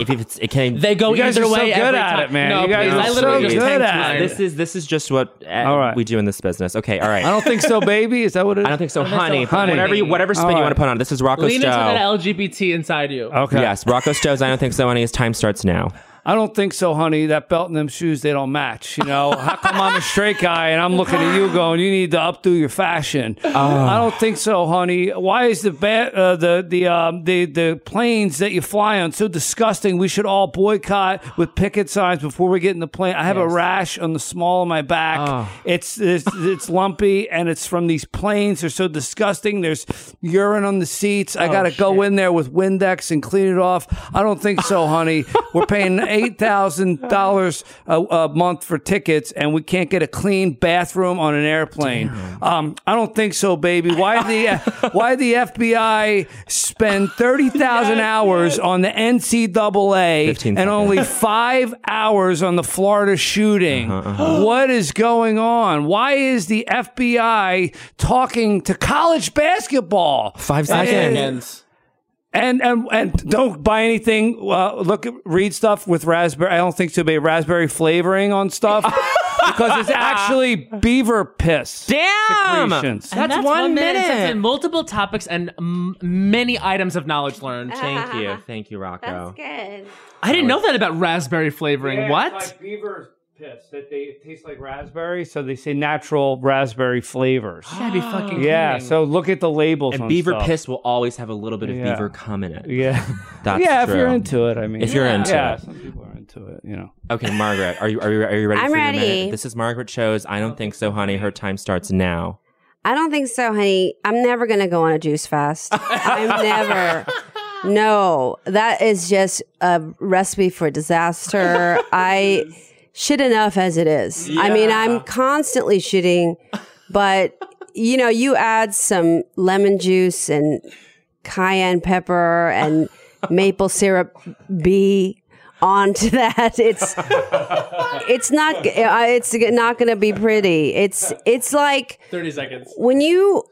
Speaker 2: if, if it's, it can,
Speaker 4: They go You guys either are so way good every at time. it, man. No, You guys please, are I literally so just good tanked at mine. it.
Speaker 2: This is this is just what uh, we do in this business. Okay, all right.
Speaker 7: I don't think so, baby. Is that what it is? I
Speaker 2: don't
Speaker 4: Oh,
Speaker 2: think so, honey. Whatever you, whatever spin you want to put on it. This is Rocco
Speaker 4: Lean into that
Speaker 2: Stowe.
Speaker 4: LGBT inside you.
Speaker 7: Uh,
Speaker 2: Yes, Rocco Stowe's. I don't think so, honey. His time starts now.
Speaker 7: I don't think so, honey. That belt and them shoes, they don't match. You know, how come I'm a straight guy and I'm looking at you going, you need to updo your fashion? I don't think so, honey. Why is the ba- uh, the the, um, the the planes that you fly on so disgusting? We should all boycott with picket signs before we get in the plane. I have a rash on the small of my back. It's, it's it's lumpy and it's from these planes. They're so disgusting. There's urine on the seats. I
Speaker 13: Oh,
Speaker 7: gotta go in there with Windex and clean it off. I don't think so, honey. We're
Speaker 2: <laughs>
Speaker 7: paying eight thousand dollars a month for tickets, and we can't get a clean bathroom on an airplane. Um, I don't think so, baby. Why
Speaker 2: <laughs>
Speaker 7: the why the FBI spend
Speaker 2: <laughs>
Speaker 7: thirty thousand hours on the NCAA
Speaker 2: 15
Speaker 7: and only
Speaker 2: seconds.
Speaker 7: five hours on the Florida shooting?
Speaker 2: Uh-huh,
Speaker 7: What is going on? Why is the FBI talking to college basketball?
Speaker 2: Five
Speaker 7: seconds. And and and don't
Speaker 4: <laughs>
Speaker 7: buy anything. Uh, look, read stuff with raspberry. I don't think so. Be raspberry flavoring on stuff. because it's actually beaver piss.
Speaker 4: Damn!
Speaker 7: Secretions.
Speaker 4: And that's one, minute. and sends in multiple topics and m- many items of knowledge learned. Thank you, thank you, Rocco.
Speaker 6: Good.
Speaker 4: I didn't know that about raspberry flavoring. what?
Speaker 7: beaver piss that they taste like raspberry, so they say natural raspberry flavors.
Speaker 4: That'd be fucking
Speaker 7: yeah.
Speaker 4: kidding.
Speaker 7: So look at the labels.
Speaker 9: And
Speaker 7: on
Speaker 9: beaver
Speaker 7: stuff.
Speaker 9: piss will always have a little bit of
Speaker 7: Yeah.
Speaker 9: beaver cum in it.
Speaker 4: <laughs>
Speaker 7: Yeah,
Speaker 9: that's
Speaker 7: yeah. If you're
Speaker 9: true.
Speaker 7: into it, I mean,
Speaker 9: If you're into
Speaker 7: yeah,
Speaker 9: it.
Speaker 7: some people are into it. You know.
Speaker 9: Okay, Margaret, are you are you, are you ready?
Speaker 6: I'm
Speaker 9: for your
Speaker 6: ready.
Speaker 9: minute? This is Margaret shows. I don't think so, honey. Her time starts now.
Speaker 6: I don't think so, honey. I'm never going to go on a juice fast. I'm never. No, that is just a recipe for disaster. I shit enough as it is. I mean, I'm constantly shitting, but you know, you add some lemon juice and cayenne pepper and maple syrup B onto <laughs> that. It's it's not g- uh, it's not going to be pretty. It's it's like
Speaker 4: Thirty seconds.
Speaker 6: when you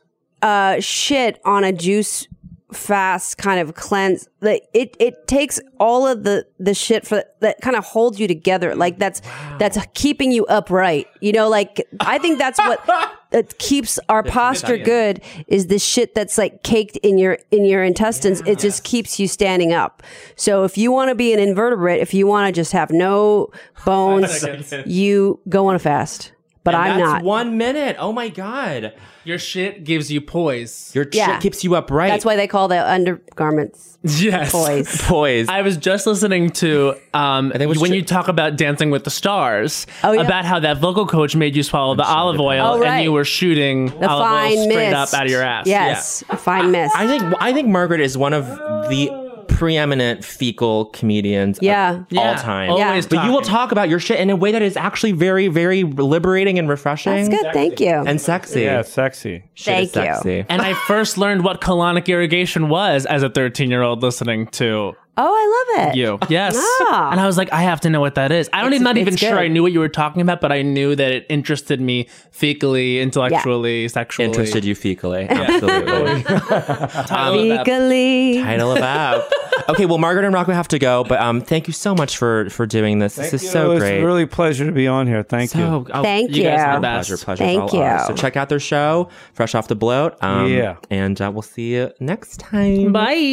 Speaker 6: uh, shit on a juice fast kind of cleanse like it it takes all of the the shit for that kind of holds you together like that's that's keeping you upright you know like i think that's what
Speaker 9: <laughs>
Speaker 6: that keeps our posture
Speaker 12: Italian.
Speaker 6: good is the shit that's like caked in your in your intestines it just keeps you standing up so if you want to be an invertebrate if you want to just
Speaker 9: <laughs>
Speaker 6: have no bones
Speaker 9: seconds.
Speaker 6: you go on a fast but
Speaker 9: And
Speaker 6: i'm
Speaker 9: that's
Speaker 6: not
Speaker 9: One minute. Oh my god.
Speaker 4: Your shit gives you poise.
Speaker 9: Your
Speaker 6: Yeah.
Speaker 9: shit keeps you upright.
Speaker 6: That's why they call the undergarments.
Speaker 4: Yes.
Speaker 9: <laughs>
Speaker 6: Poise.
Speaker 9: Poise.
Speaker 4: I was just listening to um, when you talk about Dancing with the Stars
Speaker 6: Oh, yeah.
Speaker 4: about how that vocal coach made you swallow the olive oil
Speaker 6: Oh,
Speaker 4: and
Speaker 6: right.
Speaker 4: you were shooting olive
Speaker 6: The
Speaker 4: oil
Speaker 6: fine
Speaker 4: straight
Speaker 6: mist.
Speaker 4: up out of your ass.
Speaker 6: Yes, a fine mist.
Speaker 9: I think I think Margaret is one of the preeminent fecal comedians. of
Speaker 6: Yeah.
Speaker 9: All
Speaker 6: Yeah.
Speaker 9: time.
Speaker 6: Always
Speaker 9: But you will talk about your shit in a way that is actually very, very liberating and refreshing.
Speaker 6: That's good. Thank you.
Speaker 9: And sexy.
Speaker 7: Yeah, sexy.
Speaker 9: Shit is
Speaker 6: Thank you.
Speaker 9: sexy.
Speaker 4: and I first learned what colonic irrigation was as a 13 year old listening to
Speaker 6: Oh, I love it.
Speaker 4: you. Yes.
Speaker 6: Ah.
Speaker 4: And I was like, I have to know what that is. I don't
Speaker 6: It's-
Speaker 4: even, not
Speaker 6: it's
Speaker 4: even sure
Speaker 6: good.
Speaker 4: I knew what you were talking about, but I knew that it interested me fecally, intellectually, sexually.
Speaker 9: Interested you
Speaker 6: <laughs>
Speaker 9: fecally. Absolutely.
Speaker 4: Title of that-
Speaker 6: Legally.
Speaker 9: Title of app. Okay, well, Margaret and Rocco have to go, but um, thank you so much for for doing this. this is so
Speaker 7: It was
Speaker 9: great.
Speaker 7: really a pleasure to be on here. Thank you.
Speaker 9: oh,
Speaker 6: Thank
Speaker 9: guys are
Speaker 6: you.
Speaker 9: the best. Pleasure, pleasure.
Speaker 6: Thank
Speaker 9: It's all ours.
Speaker 6: you.
Speaker 9: So check out their show, Fresh Off the Bloat. Um,
Speaker 7: Yeah.
Speaker 9: And uh, we'll see you next time.
Speaker 4: Bye.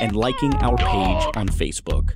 Speaker 14: and liking our page on Facebook.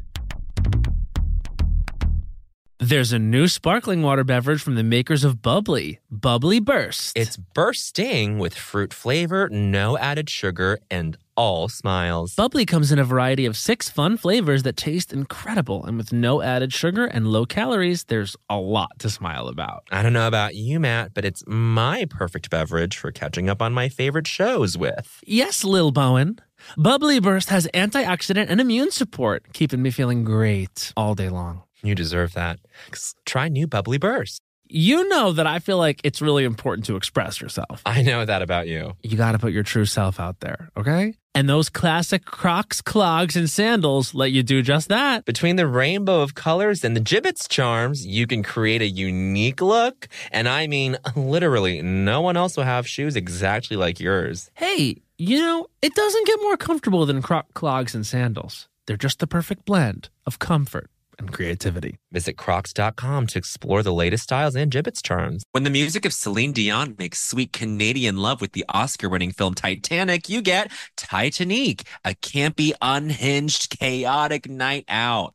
Speaker 1: There's a new sparkling water beverage from the makers of Bubbly, Bubbly Burst.
Speaker 2: It's bursting with fruit flavor, no added sugar, and all smiles.
Speaker 1: Bubbly comes in a variety of six fun flavors that taste incredible, and with no added sugar and low calories, there's a lot to smile about.
Speaker 2: I don't know about you, Matt, but it's my perfect beverage for catching up on my favorite shows with.
Speaker 1: Yes, Lil Bowen. Bubbly Burst has antioxidant and immune support, keeping me feeling great all day long.
Speaker 2: You deserve that. 'Cause Try new Bubbly Burst.
Speaker 1: You know that I feel like it's really important to express yourself.
Speaker 2: I know that about you.
Speaker 1: You got to put your true self out there, okay? And those classic Crocs, clogs, and sandals let you do just that.
Speaker 2: Between the rainbow of colors and the gibbets charms, you can create a unique look. And I mean, literally, no one else will have shoes exactly like yours.
Speaker 1: Hey, you know, it doesn't get more comfortable than croc clogs and sandals. They're just the perfect blend of comfort and creativity.
Speaker 2: Visit crocs.com to explore the latest styles and gibbets charms. When the music of Celine Dion makes sweet Canadian love with the Oscar winning film Titanic, you get Titanic, a campy, unhinged, chaotic night out.